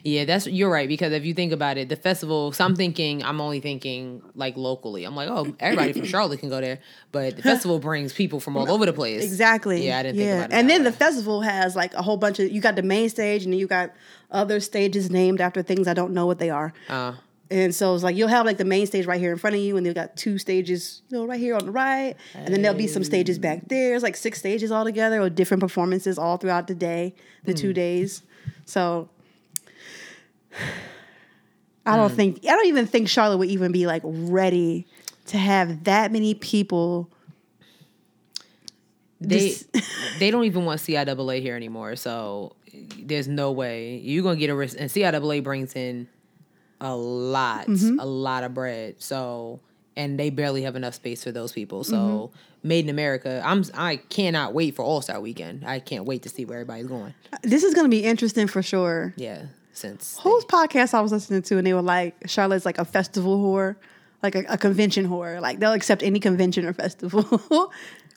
Speaker 1: Yeah, that's you're right because if you think about it, the festival. So I'm thinking, I'm only thinking like locally. I'm like, oh, everybody [clears throat] from Charlotte can go there, but the festival brings people from all over the place.
Speaker 2: Exactly.
Speaker 1: Yeah, I didn't think about it.
Speaker 2: And
Speaker 1: that
Speaker 2: then the
Speaker 1: way.
Speaker 2: festival has like a whole bunch of you got the main stage and then you got other stages named after things I don't know what they are.
Speaker 1: Uh,
Speaker 2: And so it's like you'll have like the main stage right here in front of you, and they've got two stages, you know, right here on the right, and then there'll be some stages back there. It's like six stages all together, or different performances all throughout the day, the
Speaker 1: Hmm.
Speaker 2: two days. So I
Speaker 1: Hmm.
Speaker 2: don't think I don't even think Charlotte would even be like ready to have that many people.
Speaker 1: they
Speaker 2: Just-
Speaker 1: they don't even want CIAA here anymore. So there's no way you're gonna get a risk. And CIAA brings in a lot, a lot of bread. So and they barely have enough space for those people. So Made in America. I'm I cannot wait for All Star Weekend. I can't wait to see where everybody's going.
Speaker 2: This is gonna be interesting for sure.
Speaker 1: Yeah, since
Speaker 2: Whose podcast I was listening to, and they were like, Charlotte's like a festival whore, like a, a convention whore. Like they'll accept any convention or festival. [laughs]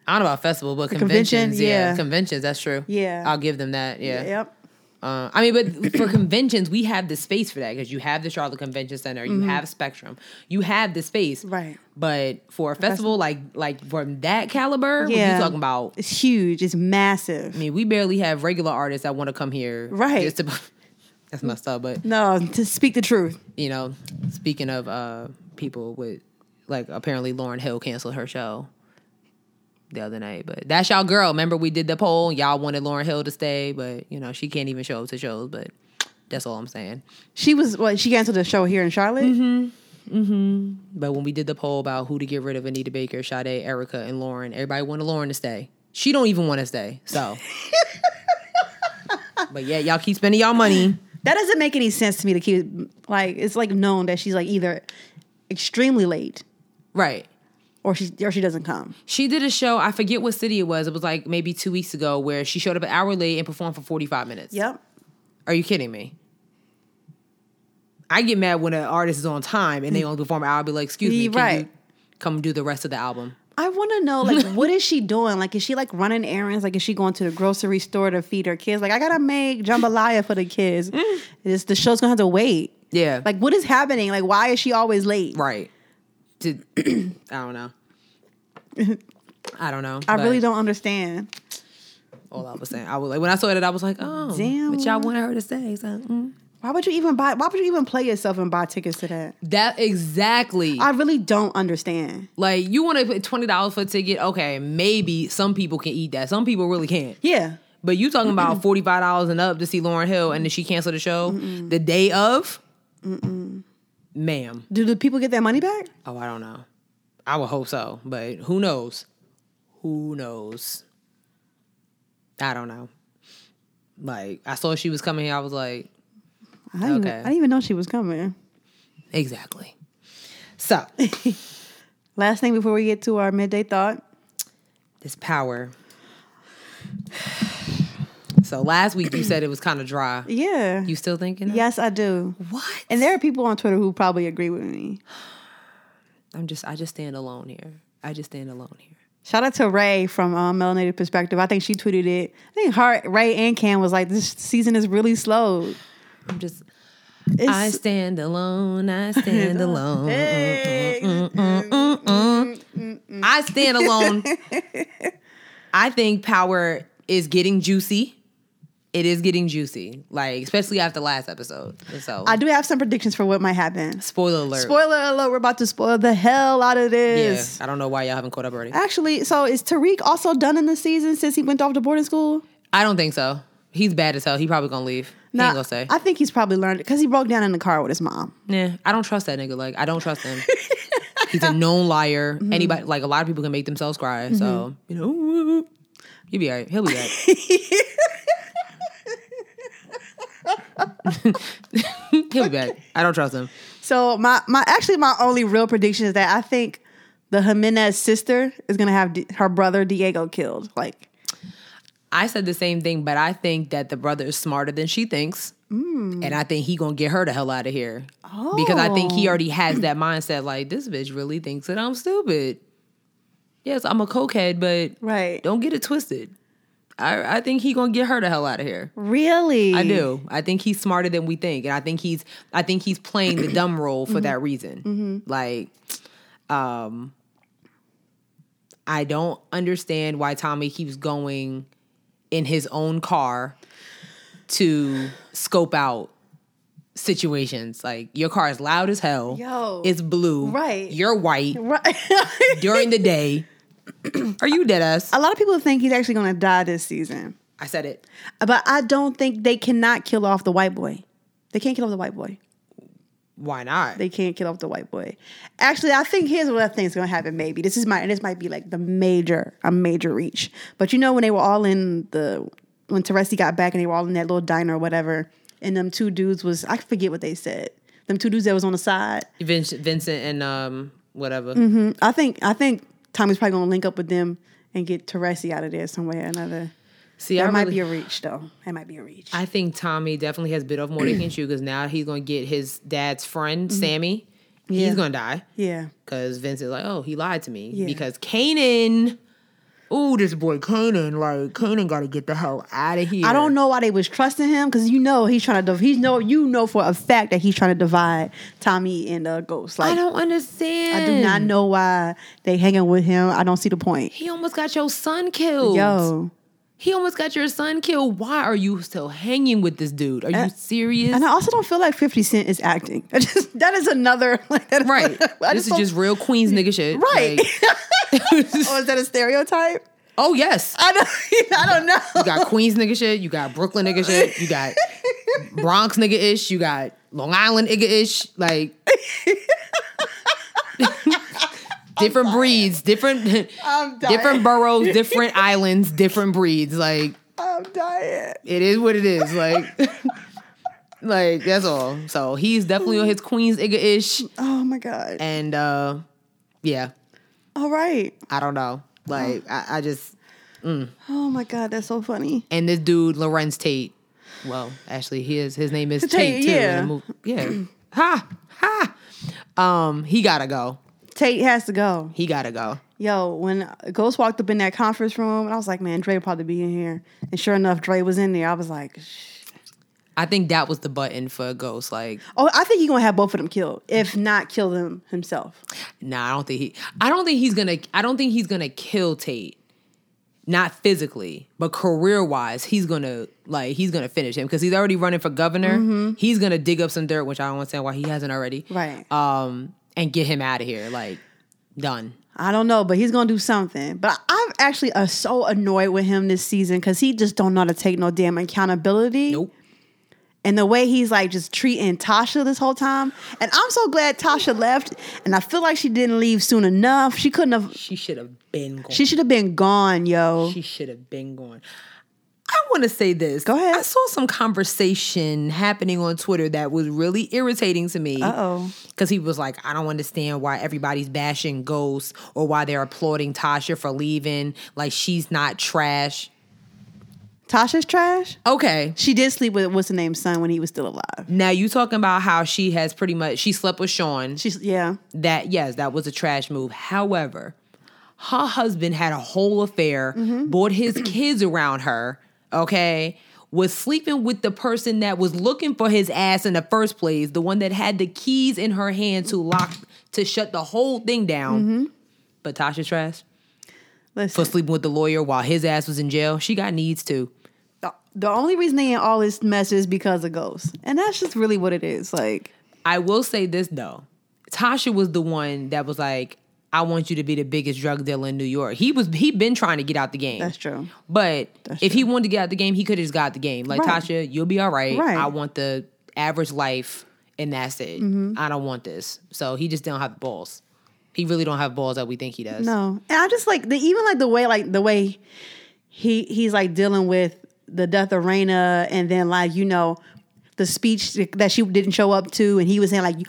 Speaker 1: I don't know about festival, but
Speaker 2: convention,
Speaker 1: conventions, yeah.
Speaker 2: yeah.
Speaker 1: conventions. That's true.
Speaker 2: Yeah.
Speaker 1: I'll give them that. Yeah.
Speaker 2: Yep.
Speaker 1: Uh, I mean, but for conventions, we have the space for that because you have the Charlotte Convention Center, you have Spectrum, you have the space,
Speaker 2: Mm-hmm. Right.
Speaker 1: But for a festival like like from that caliber, what
Speaker 2: Yeah.
Speaker 1: you talking about? I
Speaker 2: It's huge. It's massive.
Speaker 1: mean, we barely have regular artists that want to come here,
Speaker 2: Right.
Speaker 1: Just to, [laughs] that's messed up, but
Speaker 2: No, to speak the truth.
Speaker 1: you know, speaking of uh, people with like apparently Lauren Hill canceled her show the other night, but that's y'all girl. Remember we did the poll, and y'all wanted Lauren Hill to stay, but you know she can't even show up to shows. But that's all I'm saying.
Speaker 2: Mm-hmm. She was what? She canceled a show here in Charlotte.
Speaker 1: But when we did the poll about who to get rid of, Anita Baker, Sade, Erica, and Lauren, everybody wanted Lauren to stay. She don't even want to stay.
Speaker 2: [laughs]
Speaker 1: So, but yeah, y'all keep spending y'all money.
Speaker 2: That doesn't make any sense to me to keep like it's like known that she's like either extremely late
Speaker 1: Right.
Speaker 2: or she or she doesn't come.
Speaker 1: She did a show. I forget what city it was. It was like maybe two weeks ago where she showed up an hour late and performed for forty five minutes.
Speaker 2: Yep.
Speaker 1: Are you kidding me? I get mad when an artist is on time and they only perform an hour. I'll be like, excuse me,
Speaker 2: Yeah,
Speaker 1: can you
Speaker 2: Hmm. right.
Speaker 1: come do the rest of the album?
Speaker 2: I want to
Speaker 1: [laughs]
Speaker 2: know like what is she doing? Like is she like running errands? Like is she going to the grocery store to feed her kids? Like I gotta make jambalaya for the
Speaker 1: [laughs]
Speaker 2: kids. It's, the show's gonna have to wait.
Speaker 1: Yeah.
Speaker 2: Like what is happening? Like why is she always late?
Speaker 1: right. To, [clears throat] I don't know. I don't know.
Speaker 2: I
Speaker 1: but
Speaker 2: really don't understand.
Speaker 1: All I was saying, I was like, when I saw it, I was like, oh,
Speaker 2: Damn.
Speaker 1: But y'all wanted her to stay. So, mm.
Speaker 2: Why would you even buy? Why would you even play yourself and buy tickets to that?
Speaker 1: That exactly.
Speaker 2: I really don't understand.
Speaker 1: like you want to put twenty dollars for a ticket? Okay, maybe some people can eat that. Some people really can't.
Speaker 2: Yeah,
Speaker 1: But you talking about forty five dollars and up to see Lauren Hill, and then she canceled the show the day of, ma'am.
Speaker 2: do the people get their money back?
Speaker 1: Oh, I don't know. I would hope so, but who knows? Who knows? I don't know. Like I saw she was coming here, I was like,
Speaker 2: I didn't, even-
Speaker 1: Okay.
Speaker 2: I didn't even know she was coming.
Speaker 1: exactly. So [laughs]
Speaker 2: Last thing before we get to our midday thought.
Speaker 1: this power. So last week you said it was kind of dry.
Speaker 2: Yeah.
Speaker 1: You still thinking? that?
Speaker 2: yes, I do.
Speaker 1: What?
Speaker 2: And there are people on Twitter who probably agree with me.
Speaker 1: I'm just I just stand alone here. I just stand alone here.
Speaker 2: Shout out to Ray from um, Melanated Perspective. I think she tweeted it. I think her, Ray and Cam was like, "This season is really slow."
Speaker 1: I'm just
Speaker 2: It's,
Speaker 1: I stand alone. I
Speaker 2: [laughs]
Speaker 1: stand alone.
Speaker 2: Mm,
Speaker 1: I stand
Speaker 2: [laughs]
Speaker 1: alone. I think power is getting juicy. It is getting juicy, like especially after last episode. And So,
Speaker 2: I do have some predictions for what might happen.
Speaker 1: spoiler alert.
Speaker 2: Spoiler alert: We're about to spoil the hell out of
Speaker 1: yeah,
Speaker 2: this.
Speaker 1: I don't know why y'all haven't caught up already.
Speaker 2: Actually, so is Tariq also done in the season since he went off to boarding school?
Speaker 1: I don't think so. He's bad as hell. He probably gonna leave. he
Speaker 2: Nah,
Speaker 1: ain't gonna say.
Speaker 2: I think he's probably learned because he broke down in the car with his mom.
Speaker 1: Nah, I don't trust that nigga. Like, I don't trust him. He's a known liar. Anybody, like, a lot of people can make themselves cry. So, you know, he'll be all right. He'll be all right. [laughs] he'll be back. I don't trust him.
Speaker 2: So my my actually my only real prediction is that I think the Jimenez sister is gonna have D- her brother Diego killed. Like
Speaker 1: I said the same thing, but I think that the brother is smarter than she thinks. And I think he gonna get her the hell out of here. Because I think he already has that mindset, like, this bitch really thinks that I'm stupid. Yes, I'm a cokehead, but
Speaker 2: right?
Speaker 1: Don't get it twisted. I, I think he gonna get her the hell out of here.
Speaker 2: really?
Speaker 1: I do. I think he's smarter than we think, and I think he's I think he's playing the dumb role for
Speaker 2: Mm-hmm.
Speaker 1: that reason. Like, um, I don't understand why Tommy keeps going in his own car to scope out situations. Like, your car is loud as hell.
Speaker 2: Yo.
Speaker 1: it's blue.
Speaker 2: Right.
Speaker 1: You're white
Speaker 2: Right. [laughs]
Speaker 1: during the
Speaker 2: [coughs]
Speaker 1: day. Are you dead ass?
Speaker 2: a lot of people think he's actually gonna die this season,
Speaker 1: I said it.
Speaker 2: but I don't think they cannot kill off the white boy. They can't kill off the white boy.
Speaker 1: Why not?
Speaker 2: They can't kill off the white boy. Actually, I think here's what I think is gonna happen. Maybe this is my and this might be like the major a major reach. But you know when they were all in the when Teresi got back and they were all in that little diner or whatever, and them two dudes was I forget what they said. Them two dudes that was on the side.
Speaker 1: Vin- Vincent and um whatever.
Speaker 2: I think I think Tommy's probably gonna link up with them and get Teresi out of there some way or another.
Speaker 1: See,
Speaker 2: That
Speaker 1: I
Speaker 2: might
Speaker 1: really-
Speaker 2: be a reach though. That might be a reach.
Speaker 1: I think Tommy definitely has bit off more than he can chew because now he's gonna get his dad's friend Sammy. He's
Speaker 2: Mm-hmm. Yeah.
Speaker 1: gonna die
Speaker 2: yeah.
Speaker 1: because Vincent's like, oh, he lied to me
Speaker 2: Yeah.
Speaker 1: because Kanan. Ooh, this boy Kanan, like Kanan, gotta get the hell out of here.
Speaker 2: I don't know why they was trusting him because you know he's trying to div- he know you know for a fact that he's trying to divide Tommy and uh, Ghost. Like
Speaker 1: I don't understand.
Speaker 2: I do not know why they hanging with him. I don't see the point.
Speaker 1: He almost got your son killed.
Speaker 2: Yo,
Speaker 1: he almost got your son killed. Why are you still hanging with this dude? Are you serious?
Speaker 2: and Eh, I also don't feel like Fifty Cent is acting. [laughs] I just, that is another [laughs] like that is-
Speaker 1: right.
Speaker 2: I
Speaker 1: this is
Speaker 2: don't-
Speaker 1: just real Queens nigga shit.
Speaker 2: [laughs] right.
Speaker 1: Like,
Speaker 2: [laughs] oh, is that a stereotype?
Speaker 1: oh yes.
Speaker 2: I don't. [laughs] I don't know.
Speaker 1: You got Queens nigga shit. You got Brooklyn nigga shit. You got Bronx nigga ish. You got Long Island nigga ish. Like, different breeds, different
Speaker 2: I'm dying.
Speaker 1: different boroughs, different islands, different breeds. Like
Speaker 2: I'm dying.
Speaker 1: it is what it is. Like like that's all. So he's definitely on his Queen's Igga ish,
Speaker 2: Oh my god.
Speaker 1: and uh yeah,
Speaker 2: All right.
Speaker 1: I don't know. Like I, I just
Speaker 2: Oh my god, that's so funny.
Speaker 1: and this dude Lorenz Tate. Well, actually, he is. His name is Tate.
Speaker 2: Tate,
Speaker 1: too, in
Speaker 2: yeah.
Speaker 1: the mov- yeah. ha ha. Um, he gotta go.
Speaker 2: Tate has to go.
Speaker 1: He gotta go.
Speaker 2: Yo, when Ghost walked up in that conference room, and I was like, man, Dre probably be in here. And sure enough, Dre was in there. I was like, Shh.
Speaker 1: I think that was the button for Ghost. Like,
Speaker 2: oh, I think he's gonna have both of them killed, if not kill them himself.
Speaker 1: nah, I don't think he. I don't think he's gonna. I don't think he's gonna kill Tate. Not physically, but career wise, he's gonna like he's gonna finish him because he's already running for governor. He's gonna dig up some dirt, which I don't understand why he hasn't already.
Speaker 2: Mm-hmm. Right.
Speaker 1: Um, and get him out of here. Like, done.
Speaker 2: I don't know, but he's gonna do something. But I- I'm actually uh, so annoyed with him this season because he just don't know how to take no damn accountability.
Speaker 1: Nope.
Speaker 2: And the way he's like just treating Tasha this whole time. And I'm so glad Tasha left. And I feel like she didn't leave soon enough. She couldn't have.
Speaker 1: She should have been. Gone.
Speaker 2: She should have been gone, yo.
Speaker 1: She should have been going. I want to say this.
Speaker 2: Go ahead.
Speaker 1: I saw some conversation happening on Twitter that was really irritating to me.
Speaker 2: Uh-oh.
Speaker 1: Because he was like, I don't understand why everybody's bashing Ghost or why they're applauding Tasha for leaving. Like, she's not trash.
Speaker 2: Tasha's trash.
Speaker 1: Okay.
Speaker 2: She did sleep with what's the name son when he was still alive.
Speaker 1: Now, you talking about how she has pretty much, she slept with Sean.
Speaker 2: She's yeah.
Speaker 1: that yes, that was a trash move. However, her husband had a whole affair, brought his kids around her, okay, was sleeping with the person that was looking for his ass in the first place, the one that had the keys in her hand to lock to shut the whole thing down. But Tasha trash for
Speaker 2: Listen,
Speaker 1: sleeping with the lawyer while his ass was in jail. She got needs too.
Speaker 2: the, the only reason they in all this mess is because of ghosts, and that's just really what it is. Like,
Speaker 1: I will say this though. Tasha was the one that was like, I want you to be the biggest drug dealer in New York. He was he been trying to get out the game.
Speaker 2: That's true.
Speaker 1: But
Speaker 2: That's
Speaker 1: if he wanted to get out the game, he could have just got the game. Like
Speaker 2: Right.
Speaker 1: Tasha, you'll be all right.
Speaker 2: Right.
Speaker 1: I want the average life and that's it.
Speaker 2: Mm-hmm.
Speaker 1: I don't want this. So he just don't have the balls. He really don't have balls that we think he does.
Speaker 2: no, and I just like the even like the way like the way he he's like dealing with the death of Raina, and then like you know the speech that she didn't show up to, and he was saying like. You,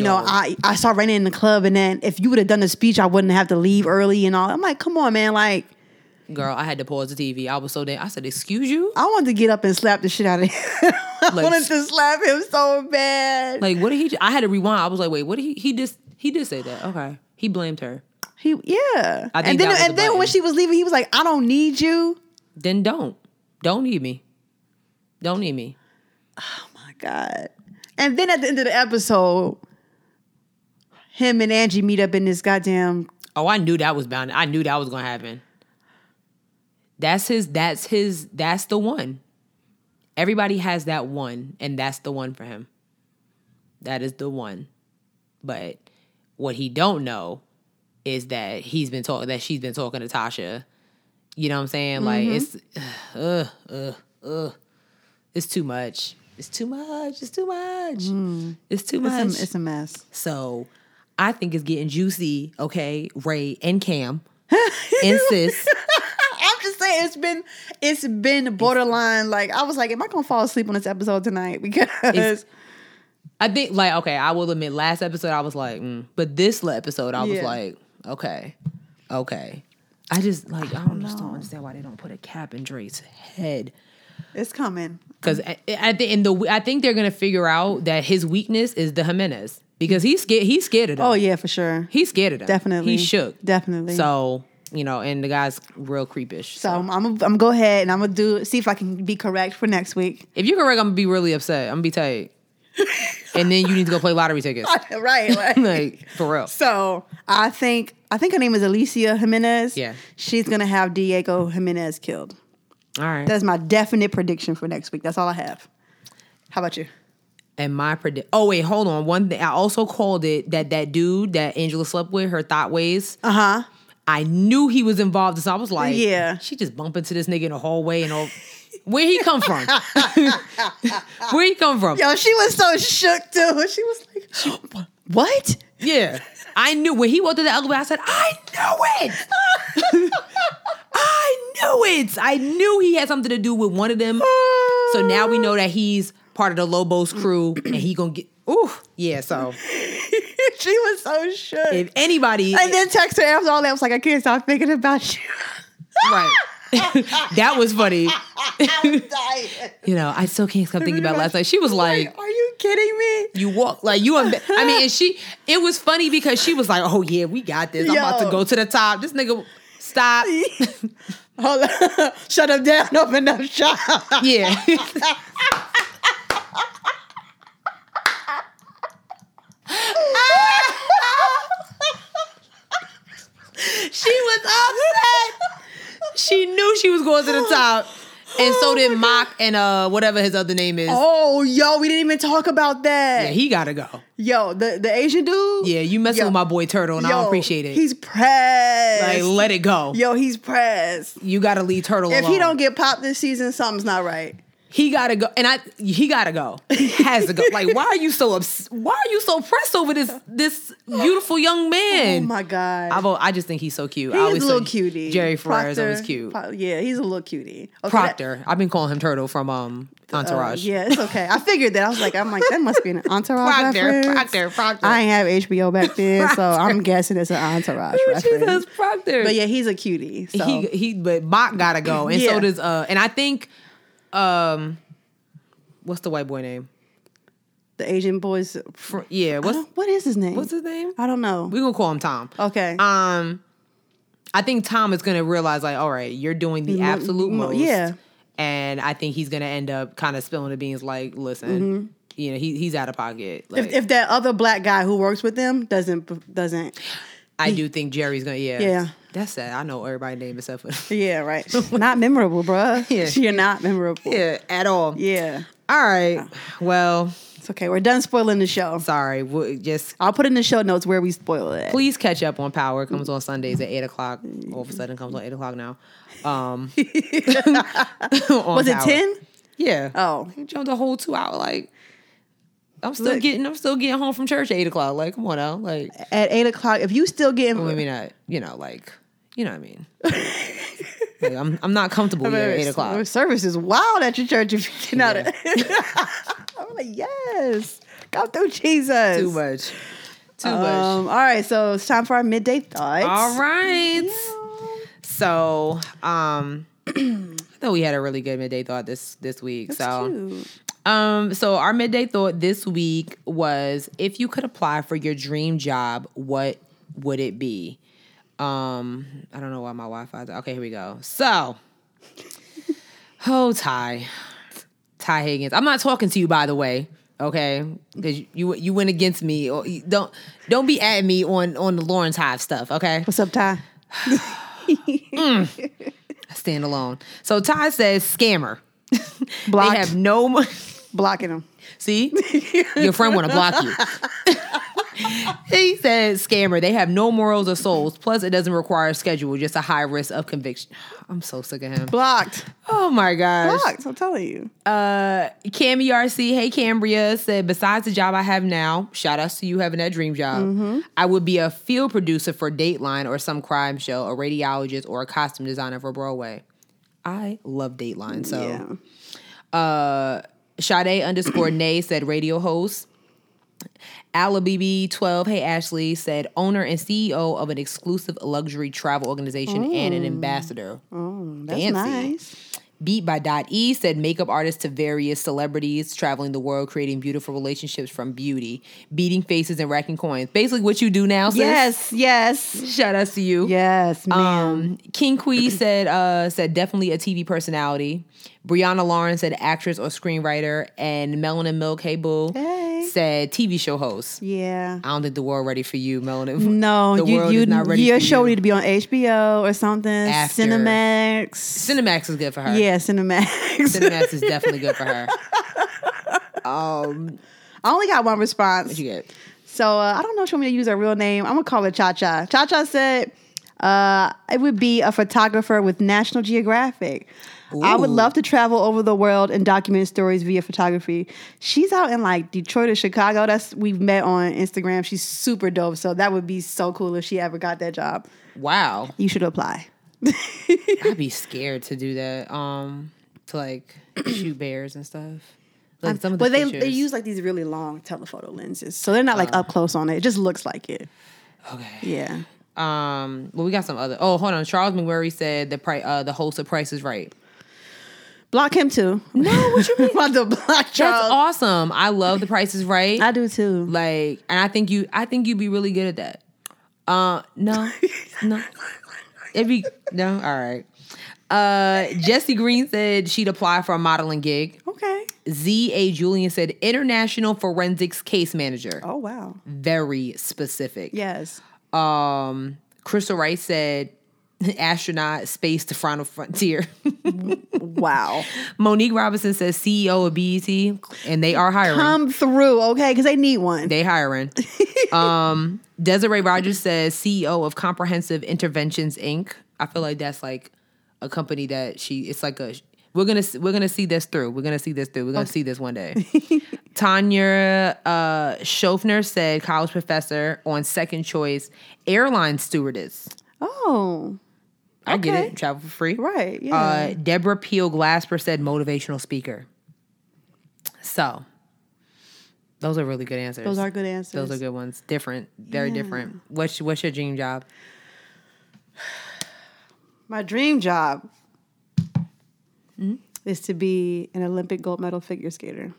Speaker 2: you know,
Speaker 1: Yo.
Speaker 2: I, I saw Raina in the club, and then if you would have done the speech, I wouldn't have to leave early and all. I'm like, come on, man! Like,
Speaker 1: Girl, I had to pause the TV. I was so damn I said, excuse you?
Speaker 2: I wanted to get up and slap the shit out of him. [laughs] I
Speaker 1: Like-
Speaker 2: wanted to slap him so bad.
Speaker 1: Like what did he ju- I had to rewind. I was like, wait, what did he he just he did say that. Okay. He blamed her.
Speaker 2: He yeah.
Speaker 1: I think
Speaker 2: and
Speaker 1: that
Speaker 2: then
Speaker 1: was
Speaker 2: and
Speaker 1: the
Speaker 2: then when
Speaker 1: button.
Speaker 2: she was leaving, he was like, "I don't need you."
Speaker 1: Then don't. Don't need me. Don't need me.
Speaker 2: My God. And then at the end of the episode, him and Angie meet up in this goddamn.
Speaker 1: Oh, I knew that was bound. I knew that was gonna happen. That's his. That's his. That's the one. Everybody has that one, and that's the one for him. That is the one. But what he don't know is that he's been talking. That she's been talking to Tasha. You know what I'm saying? Like
Speaker 2: Mm-hmm.
Speaker 1: it's, [sighs] ugh, ugh, ugh, ugh. It's too much. It's too much. It's too much. It's too much.
Speaker 2: Mm. It's a, it's a mess.
Speaker 1: So I think it's getting juicy, okay, Ray and [laughs] Cam and sis.
Speaker 2: I'm just saying, it's been it's been borderline. like I was like, am I gonna fall asleep on this episode tonight? [laughs] Because
Speaker 1: I think, like, okay, I will admit, last episode I was like, mm. but this le- episode I was
Speaker 2: Yeah.
Speaker 1: like, okay, okay. I just, like, I don't, just don't understand why they don't put a cap in Dre's head.
Speaker 2: it's coming.
Speaker 1: Because I, I think, and the I think they're gonna figure out that his weakness is the Jimenez because he's scared. He's scared of them.
Speaker 2: Oh yeah, for sure.
Speaker 1: he's scared of them.
Speaker 2: Definitely.
Speaker 1: he shook.
Speaker 2: Definitely.
Speaker 1: So you know, and the guy's real creepish.
Speaker 2: So I'm I'm gonna go ahead and I'm gonna do see if I can be correct for next week.
Speaker 1: If you're correct, I'm gonna be really upset. I'm gonna be tight. and then you need to go play lottery tickets. [laughs]
Speaker 2: [laughs] right. Like,
Speaker 1: like for real.
Speaker 2: So I think I think her name is Alicia Jimenez.
Speaker 1: Yeah.
Speaker 2: She's gonna have Diego Jimenez killed.
Speaker 1: All right.
Speaker 2: That's my definite prediction for next week. That's all I have. How about you?
Speaker 1: and my predict. Oh wait, hold on. One thing I also called it that that dude that Angela slept with, her thought ways. Uh huh. I knew he was involved, so I was like,
Speaker 2: Uh-huh. Yeah.
Speaker 1: She just bump into this nigga in the hallway and all. Where he come from? [laughs] Where he come from?
Speaker 2: [gasps] Yo, she was so shook too. She was like, What?
Speaker 1: Yeah. I knew when he walked through the elevator, I said, I knew it.
Speaker 2: [laughs]
Speaker 1: [laughs] I knew it. I knew he had something to do with one of
Speaker 2: [laughs]
Speaker 1: them. So now we know that he's part of the Lobos crew and he gonna get Ooh, yeah. So
Speaker 2: she was so shook.
Speaker 1: if anybody
Speaker 2: and then text her after all that. I was like, I can't stop thinking about you. [laughs]
Speaker 1: right. [laughs] that was funny.
Speaker 2: I'm dying.
Speaker 1: You know, I still can't stop thinking about last night. She was like,
Speaker 2: Are you kidding me? [laughs]
Speaker 1: you walk like you. Embe- I mean, and she. It was funny because she was like, "Oh yeah, we got this. I'm about
Speaker 2: Yo.
Speaker 1: to go to the top." This nigga, stop.
Speaker 2: Hold on. [laughs] Shut him down. Open up shop. [laughs]
Speaker 1: Yeah. she was upset. She knew she was going to the top. And so did Mock and uh whatever his other name is.
Speaker 2: [laughs] Oh, yo, we didn't even talk about that.
Speaker 1: Yeah, he gotta go.
Speaker 2: yo, the, the Asian dude.
Speaker 1: Yeah, you messing
Speaker 2: Yo.
Speaker 1: with my boy Turtle and I
Speaker 2: Yo,
Speaker 1: don't appreciate it.
Speaker 2: He's pressed.
Speaker 1: like let it go.
Speaker 2: yo, he's pressed.
Speaker 1: You gotta leave Turtle
Speaker 2: If
Speaker 1: alone.
Speaker 2: he don't get popped this season, something's not right.
Speaker 1: he gotta go. And I he gotta go. He has to go. like why are you so obs- why are you so pressed over this this beautiful young
Speaker 2: Oh
Speaker 1: man?
Speaker 2: my god.
Speaker 1: I've, al- I just think he's so cute.
Speaker 2: He's
Speaker 1: I
Speaker 2: a
Speaker 1: always
Speaker 2: little
Speaker 1: say
Speaker 2: cutie.
Speaker 1: Jerry Ferrer is always
Speaker 2: Proctor-
Speaker 1: cute.
Speaker 2: Pro- yeah, he's a little cutie. Okay,
Speaker 1: Proctor. I've been calling him Turtle from um
Speaker 2: that- uh,
Speaker 1: Entourage.
Speaker 2: yeah, it's okay. I figured that. I was like, I'm like, that must
Speaker 1: [laughs]
Speaker 2: be an entourage
Speaker 1: Proctor,
Speaker 2: reference.
Speaker 1: Proctor, Proctor.
Speaker 2: I ain't have HBO back then, so I'm guessing it's an entourage
Speaker 1: [laughs]
Speaker 2: reference.
Speaker 1: Jesus, Proctor.
Speaker 2: But yeah, he's a cutie. So.
Speaker 1: he he but Bach gotta go. And
Speaker 2: Yeah.
Speaker 1: so does uh and I think um what's the white boy name?
Speaker 2: the Asian boys.
Speaker 1: Fr- yeah,
Speaker 2: I
Speaker 1: what's
Speaker 2: don't- Oh, What is his name?
Speaker 1: what's his name?
Speaker 2: I don't know.
Speaker 1: We're gonna call him Tom.
Speaker 2: Okay.
Speaker 1: Um I think Tom is gonna realize like, all right, you're doing the
Speaker 2: Mo-
Speaker 1: absolute
Speaker 2: mo-
Speaker 1: most.
Speaker 2: yeah.
Speaker 1: And I think he's gonna end up kind of spilling the beans like, listen, you know, he he's out of pocket. Like,
Speaker 2: Mm-hmm. if, if that other black guy who works with them doesn't doesn't,
Speaker 1: I do think Jerry's gonna. Yeah,
Speaker 2: Yeah.
Speaker 1: That's sad. I know everybody's name [laughs]
Speaker 2: [laughs]
Speaker 1: except for
Speaker 2: yeah, right. not memorable, bruh.
Speaker 1: Yeah.
Speaker 2: [laughs] You're not memorable.
Speaker 1: yeah at all.
Speaker 2: Yeah.
Speaker 1: All right. Well,
Speaker 2: It's okay. We're done spoiling the show.
Speaker 1: sorry. we just
Speaker 2: I'll put in the show notes where we spoil it.
Speaker 1: please catch up on Power. It comes on Sundays at eight o'clock. All of a sudden, it comes on eight o'clock now.
Speaker 2: [laughs]
Speaker 1: Um, [laughs]
Speaker 2: Was it ten?
Speaker 1: Yeah.
Speaker 2: Oh.
Speaker 1: He jumped a whole two hour. Like, I'm still
Speaker 2: Look.
Speaker 1: getting. I'm still getting home from church at eight o'clock. Like, come on now. Like,
Speaker 2: At eight o'clock. If you still getting
Speaker 1: I mean, I, you know, like, you know what I mean. Like, I'm I'm not comfortable here at eight o'clock.
Speaker 2: Your service is wild at your church if you get out of [laughs] I'm like, yes. Go through Jesus.
Speaker 1: Too much. Too much.
Speaker 2: Um, all right, so it's time for our midday thoughts.
Speaker 1: All right. So, um, [clears throat] I thought we had a really good midday thought this this week. so, um, so our midday thought this week was if you could apply for your dream job, what would it be? Um, I don't know why my Wi-Fi. Okay, here we go. So, oh Ty, Ty Higgins. I'm not talking to you, by the way. Okay, because you you went against me. Or you- don't don't be at me on on the Lawrence Hive stuff. Okay,
Speaker 2: What's up, Ty?
Speaker 1: stand alone. So Ty says scammer.
Speaker 2: Blocked.
Speaker 1: They have no money.
Speaker 2: Blocking him.
Speaker 1: See, your friend want to block you. [laughs] he says scammer. They have no morals or souls. Plus, it doesn't require a schedule. Just a high risk of conviction. I'm so sick of him.
Speaker 2: Blocked.
Speaker 1: Oh my gosh.
Speaker 2: Blocked. I'm telling you.
Speaker 1: Cam ERC, hey Cambria, said, besides the job I have now, shout outs to you having that dream job, I would be a field producer for Dateline or some crime show, a radiologist or a costume designer for Broadway. I love Dateline. So
Speaker 2: yeah.
Speaker 1: Sade
Speaker 2: [clears throat]
Speaker 1: underscore Nay said radio host. AlaBB12, hey Ashley, said owner and CEO of an exclusive luxury travel organization and an ambassador.
Speaker 2: Mm. That's
Speaker 1: Fancy.
Speaker 2: nice.
Speaker 1: Beat by Dot E said makeup artist to various celebrities traveling the world, creating beautiful relationships from beauty, beating faces and racking coins. Basically, what you do now, sis.
Speaker 2: Yes, yes.
Speaker 1: Shout outs to you.
Speaker 2: Yes, ma'am.
Speaker 1: Um, King
Speaker 2: [clears throat]
Speaker 1: Quee said uh, said definitely a TV personality. Brianna Lauren said actress or screenwriter, and Melanin Milk Hey Boo
Speaker 2: Hey.
Speaker 1: said TV show host.
Speaker 2: yeah.
Speaker 1: I don't think the world ready for you, Melanin.
Speaker 2: No,
Speaker 1: um, the
Speaker 2: you,
Speaker 1: world
Speaker 2: you,
Speaker 1: is not ready
Speaker 2: your
Speaker 1: for
Speaker 2: show
Speaker 1: you.
Speaker 2: need to be on HBO or something.
Speaker 1: After.
Speaker 2: Cinemax.
Speaker 1: Cinemax is good for her.
Speaker 2: yeah, Cinemax.
Speaker 1: Cinemax is definitely good for her. Um,
Speaker 2: [laughs] I only got one
Speaker 1: what
Speaker 2: response.
Speaker 1: you get?
Speaker 2: So uh, I don't know if she want me to use her real name. I'm gonna call her Cha Cha. Cha Cha said uh, it would be a photographer with National Geographic. I would love to travel over the world and document stories via photography. She's out in like Detroit or Chicago. That's we've met on Instagram. She's super dope. So that would be so cool if she ever got that job.
Speaker 1: Wow.
Speaker 2: You should [laughs] apply.
Speaker 1: I'd be scared to do that. Um, to like shoot bears and stuff. Like some of the
Speaker 2: But they,
Speaker 1: pictures.
Speaker 2: they use like these really long telephoto lenses. So they're not like up close on it. It just looks like it.
Speaker 1: okay.
Speaker 2: Uh. Yeah.
Speaker 1: Um, well, we got some other. Oh, hold on. Charles McMurray said the price, uh, the host of Price is Right.
Speaker 2: Block him too. No, what [laughs] you mean? about to block
Speaker 1: That's
Speaker 2: Charles.
Speaker 1: awesome. I love the Price is Right.
Speaker 2: Um, I do too.
Speaker 1: Like, and I think you, I think you'd be really good at that. Uh, no, no, it'd be no. All right. Uh, Jesse Green said she'd apply for a modeling gig.
Speaker 2: okay.
Speaker 1: Z A Julian said international forensics case manager.
Speaker 2: Oh wow.
Speaker 1: Very specific.
Speaker 2: Yes.
Speaker 1: Um, Crystal Wright said astronaut space to final frontier. [laughs]
Speaker 2: Wow.
Speaker 1: Monique Robinson says CEO of BET, and they are hiring.
Speaker 2: [laughs] Come through, okay? Because they need one.
Speaker 1: They hiring. um, Desiree Rogers says CEO of Comprehensive Interventions Inc. I feel like that's like a company that she. It's like a. We're gonna we're gonna see this through. We're gonna see this through. We're gonna see this one day. Tanya uh, Schofner said college professor on second choice airline stewardess.
Speaker 2: oh,
Speaker 1: I get
Speaker 2: Okay.
Speaker 1: it. Travel for free.
Speaker 2: right. Yeah.
Speaker 1: Uh, Deborah Peel Glasper said motivational speaker. So, those are really good answers.
Speaker 2: Those are good answers.
Speaker 1: Those are good ones. Different, very
Speaker 2: Yeah.
Speaker 1: different. What's what's your dream job?
Speaker 2: My dream job Mm-hmm. is to be an Olympic gold medal figure skater.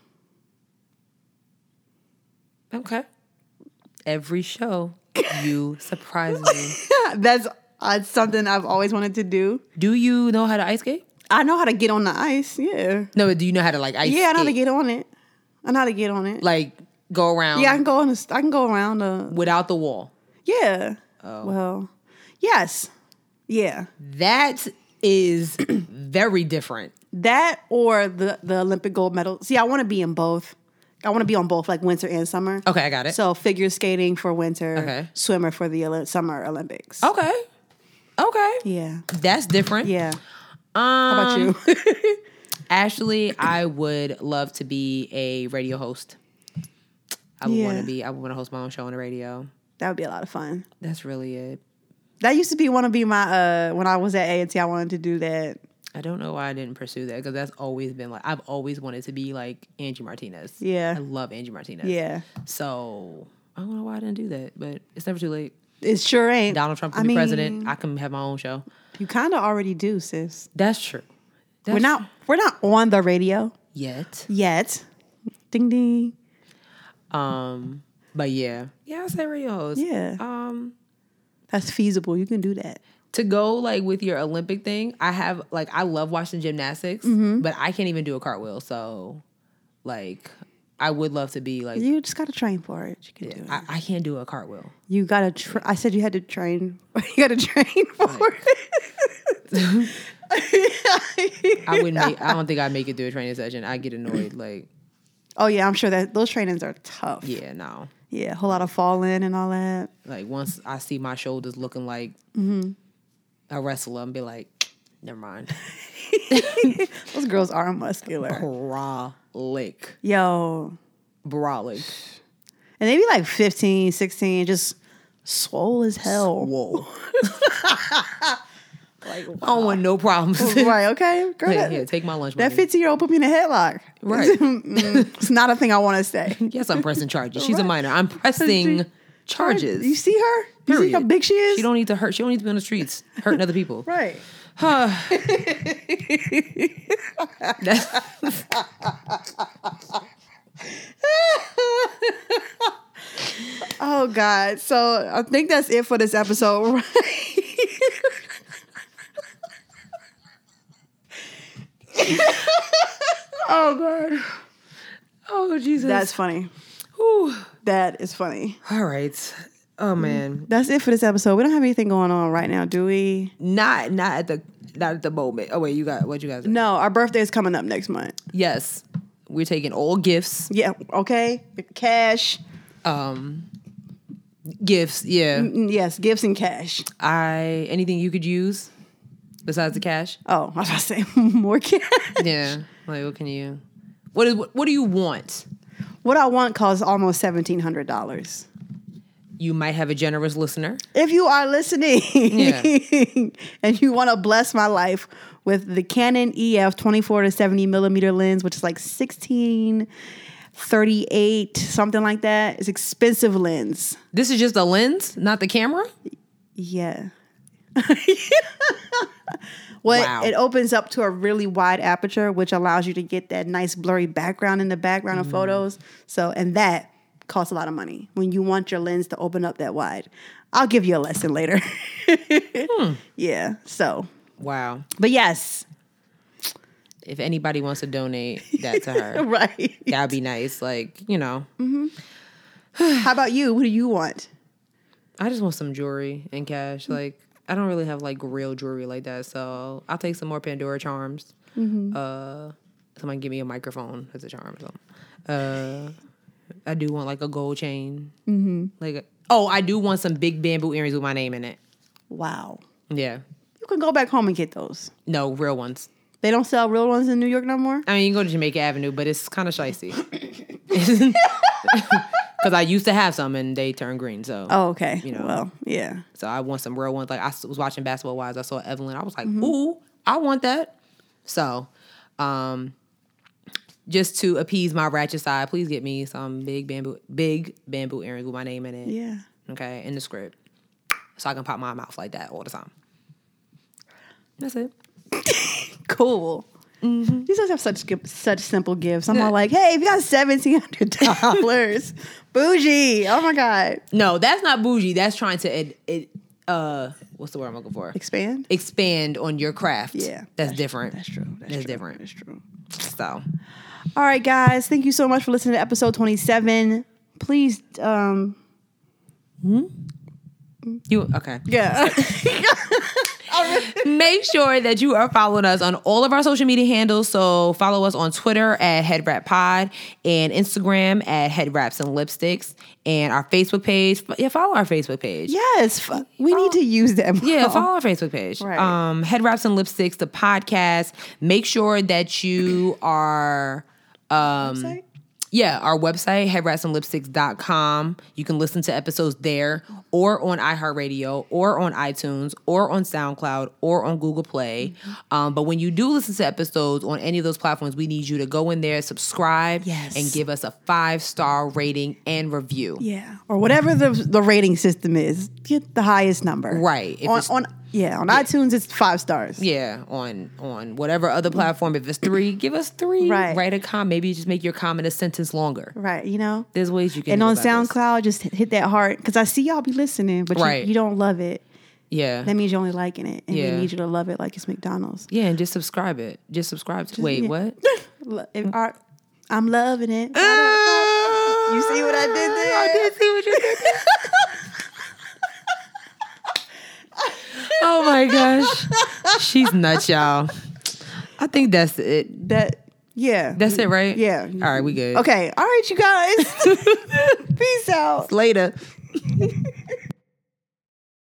Speaker 1: Okay. Every show, you surprise me.
Speaker 2: That's uh, something I've always wanted to do.
Speaker 1: Do you know how to ice skate?
Speaker 2: I know how to get on the ice. Yeah.
Speaker 1: No, but do you know how to like ice?
Speaker 2: yeah, I know how to
Speaker 1: skate?
Speaker 2: get on it. I know how to get on it.
Speaker 1: like go around.
Speaker 2: yeah, I can go on. The, I can go around the.
Speaker 1: Without the wall.
Speaker 2: Yeah. Oh. Well, yes. Yeah.
Speaker 1: That is [clears throat] very different.
Speaker 2: That or the the Olympic gold medal. See, I want to be in both. I want to be on both, like winter and summer.
Speaker 1: Okay, I got it.
Speaker 2: So figure skating for winter,
Speaker 1: Okay. Oh.
Speaker 2: swimmer for the Oli- summer Olympics.
Speaker 1: Okay. Okay.
Speaker 2: Yeah,
Speaker 1: That's different.
Speaker 2: yeah.
Speaker 1: Um,
Speaker 2: How about you?
Speaker 1: [laughs]
Speaker 2: [laughs]
Speaker 1: Ashley, I would love to be a radio host. I would want
Speaker 2: Yeah.
Speaker 1: to be. I would want to host my own show on the radio.
Speaker 2: that would be a lot of fun.
Speaker 1: That's really it.
Speaker 2: That used to be one of be my uh when I was at A and T. I wanted to do that.
Speaker 1: I don't know why I didn't pursue that because that's always been like I've always wanted to be like Angie Martinez.
Speaker 2: Yeah.
Speaker 1: I love Angie Martinez.
Speaker 2: Yeah,
Speaker 1: So I don't know why I didn't do that, but it's never too late.
Speaker 2: it sure ain't.
Speaker 1: Donald Trump can
Speaker 2: I
Speaker 1: be
Speaker 2: mean,
Speaker 1: president. I can have my own show.
Speaker 2: You kind of already do, sis.
Speaker 1: That's true. That's
Speaker 2: We're not we're not on the radio
Speaker 1: yet.
Speaker 2: yet. Ding ding.
Speaker 1: Um, but yeah, yeah, I say radio host.
Speaker 2: Yeah.
Speaker 1: Um,
Speaker 2: That's feasible. You can do that.
Speaker 1: to go like with your Olympic thing, I have like I love watching gymnastics, but I can't even do a cartwheel. So, like, I would love to be like
Speaker 2: You just gotta train for it. You can do it.
Speaker 1: I, I can't do a cartwheel.
Speaker 2: You gotta. Tr- I said you had to train. [laughs] You gotta train [laughs] for it. [laughs]
Speaker 1: I [laughs] wouldn't. Make, I don't think I'd make it through a training session. I get annoyed. Like,
Speaker 2: oh yeah, I'm sure that those trainings are tough. Yeah,
Speaker 1: yeah, no.
Speaker 2: a whole lot of falling and all that.
Speaker 1: Like once I see my shoulders looking like Mm-hmm. a wrestler, and be like, never mind.
Speaker 2: Those girls are
Speaker 1: Oh.
Speaker 2: muscular.
Speaker 1: Brolic,
Speaker 2: Yo,
Speaker 1: brolic.
Speaker 2: and they be like 15, 16, just swole as
Speaker 1: [laughs]
Speaker 2: hell.
Speaker 1: Whoa. like, I don't want no problems.
Speaker 2: [laughs] right? Okay, girl.
Speaker 1: Hey, [laughs]
Speaker 2: that-
Speaker 1: here, take my lunch
Speaker 2: that
Speaker 1: money.
Speaker 2: 15 year old put me in a headlock.
Speaker 1: Right. [laughs]
Speaker 2: Mm, it's not a thing I want to say.
Speaker 1: Yes, I'm pressing charges. She's a minor. I'm pressing [laughs] charges.
Speaker 2: You see her? You see how
Speaker 1: Period.
Speaker 2: big she is?
Speaker 1: She don't need to hurt. She don't need to be on the streets hurting other people.
Speaker 2: right. [laughs] Oh God! So I think that's it for this episode. [laughs] Right?
Speaker 1: oh Jesus.
Speaker 2: That's funny. That is funny.
Speaker 1: All right. Oh
Speaker 2: Mm.
Speaker 1: man.
Speaker 2: That's it for this episode. We don't have anything going on right now, do we?
Speaker 1: Not not at the not at the moment. Oh wait, you got what you guys.
Speaker 2: No, our birthday is coming up next month.
Speaker 1: Yes. We're taking all gifts.
Speaker 2: Yeah. Okay. Cash.
Speaker 1: Um gifts, yeah.
Speaker 2: Mm, Yes, Mm, gifts and cash.
Speaker 1: I anything you could use? besides the cash?
Speaker 2: Oh, I was about to say [laughs] more cash.
Speaker 1: Yeah. Like, what can you? What is? What, what do you want?
Speaker 2: What I want costs almost seventeen hundred dollars.
Speaker 1: You might have a generous listener.
Speaker 2: If you are listening
Speaker 1: Yeah.
Speaker 2: [laughs] and you want to bless my life with the Canon EF 24 to 70 millimeter lens, which is like 16, 38, something like that. It's expensive lens.
Speaker 1: This is just the lens, not the camera.
Speaker 2: Yeah. [laughs] well, it-
Speaker 1: Wow.
Speaker 2: it opens up to a really wide aperture, which allows you to get that nice blurry background in the background of photos. So, and that costs a lot of money when you want your lens to open up that wide. I'll give you a lesson later. [laughs] Yeah. So,
Speaker 1: Wow.
Speaker 2: but yes,
Speaker 1: If anybody wants to donate that to her,
Speaker 2: [laughs] [laughs] right.
Speaker 1: that'd be nice. Like, you know,
Speaker 2: How about you? What do you want?
Speaker 1: I just want some jewelry and cash. Like, I don't really have like real jewelry like that, so I'll take some more Pandora charms. Uh, someone give me a microphone as a charm. or something. Uh, I do want like a gold chain. Like, oh, I do want some big bamboo earrings with my name in it.
Speaker 2: Wow.
Speaker 1: Yeah,
Speaker 2: You can go back home and get those.
Speaker 1: no real ones.
Speaker 2: They don't sell real ones in New York no more.
Speaker 1: I mean, you can go to Jamaica Avenue, but it's kind of
Speaker 2: [coughs]
Speaker 1: shicey. [laughs] Because I used to have some and they turned green, so
Speaker 2: Oh, okay.
Speaker 1: You know.
Speaker 2: well, yeah.
Speaker 1: So I want some real ones. Like I s- was watching Basketball Wise, I saw Evelyn. I was like,
Speaker 2: Mm-hmm.
Speaker 1: ooh, I want that. So, um, just to appease my ratchet side, please get me some big bamboo, big bamboo earrings with my name in it.
Speaker 2: Yeah.
Speaker 1: Okay, in the script, so I can pop my mouth like that all the time. That's it.
Speaker 2: Cool. These guys have such gi- such simple gifts. I'm all like, hey, if you got seventeen hundred [laughs] dollars, bougie. Oh my god,
Speaker 1: No, that's not bougie. That's trying to it. it uh, what's the word I'm looking for?
Speaker 2: expand.
Speaker 1: Expand on your craft.
Speaker 2: Yeah,
Speaker 1: that's, different.
Speaker 2: That's true.
Speaker 1: That's,
Speaker 2: true.
Speaker 1: different.
Speaker 2: That's true.
Speaker 1: So
Speaker 2: All right, guys. Thank you so much for listening to episode twenty seven. Please, um,
Speaker 1: you okay?
Speaker 2: yeah.
Speaker 1: make sure that you are following us on all of our social media handles. So follow us on Twitter at Head Wrap Pod and Instagram at Head Wraps and Lipsticks and our Facebook page. Yeah, follow our Facebook page.
Speaker 2: [laughs] yes, f- we need to use them. [laughs]
Speaker 1: Yeah, follow our Facebook page.
Speaker 2: Right.
Speaker 1: Um, Head Wraps and Lipsticks, the podcast. Make sure that you are Um,
Speaker 2: Website?
Speaker 1: yeah, our website, headwrapsandlipsticks.com. You can listen to episodes there or on iHeartRadio or on iTunes or on SoundCloud or on Google Play.
Speaker 2: Mm-hmm.
Speaker 1: Um, but when you do listen to episodes on any of those platforms, we need you to go in there, subscribe,
Speaker 2: Yes.
Speaker 1: and give us a five star rating and review.
Speaker 2: Yeah, or whatever the the rating system is, get the highest number.
Speaker 1: Right. If
Speaker 2: On,
Speaker 1: it's-
Speaker 2: on yeah, on iTunes it's five stars.
Speaker 1: Yeah, on on whatever other platform. If it's
Speaker 2: [clears throat]
Speaker 1: three, give us three.
Speaker 2: Mm-hmm. Right.
Speaker 1: Write a comment. Maybe just make your comment a sentence longer.
Speaker 2: Right. You know.
Speaker 1: There's ways you can.
Speaker 2: and
Speaker 1: do
Speaker 2: on
Speaker 1: about this.
Speaker 2: SoundCloud, just hit that heart because I see y'all be listening, but
Speaker 1: Right.
Speaker 2: you, you don't love it.
Speaker 1: yeah,
Speaker 2: That means you're only liking it, and
Speaker 1: Yeah.
Speaker 2: we need you to love it like it's McDonald's.
Speaker 1: yeah, and just subscribe it. Just subscribe. To, wait,
Speaker 2: yeah.
Speaker 1: what?
Speaker 2: Lo-
Speaker 1: Mm.
Speaker 2: if our- I'm loving it.
Speaker 1: Uh. you
Speaker 2: see what I did there?
Speaker 1: I did see what you did. There. oh my gosh, she's nuts, y'all. I think that's it.
Speaker 2: That yeah.
Speaker 1: That's it, right?
Speaker 2: Yeah.
Speaker 1: All right, we good. [laughs]
Speaker 2: okay. All right, you guys. [laughs] Peace out.
Speaker 1: Later.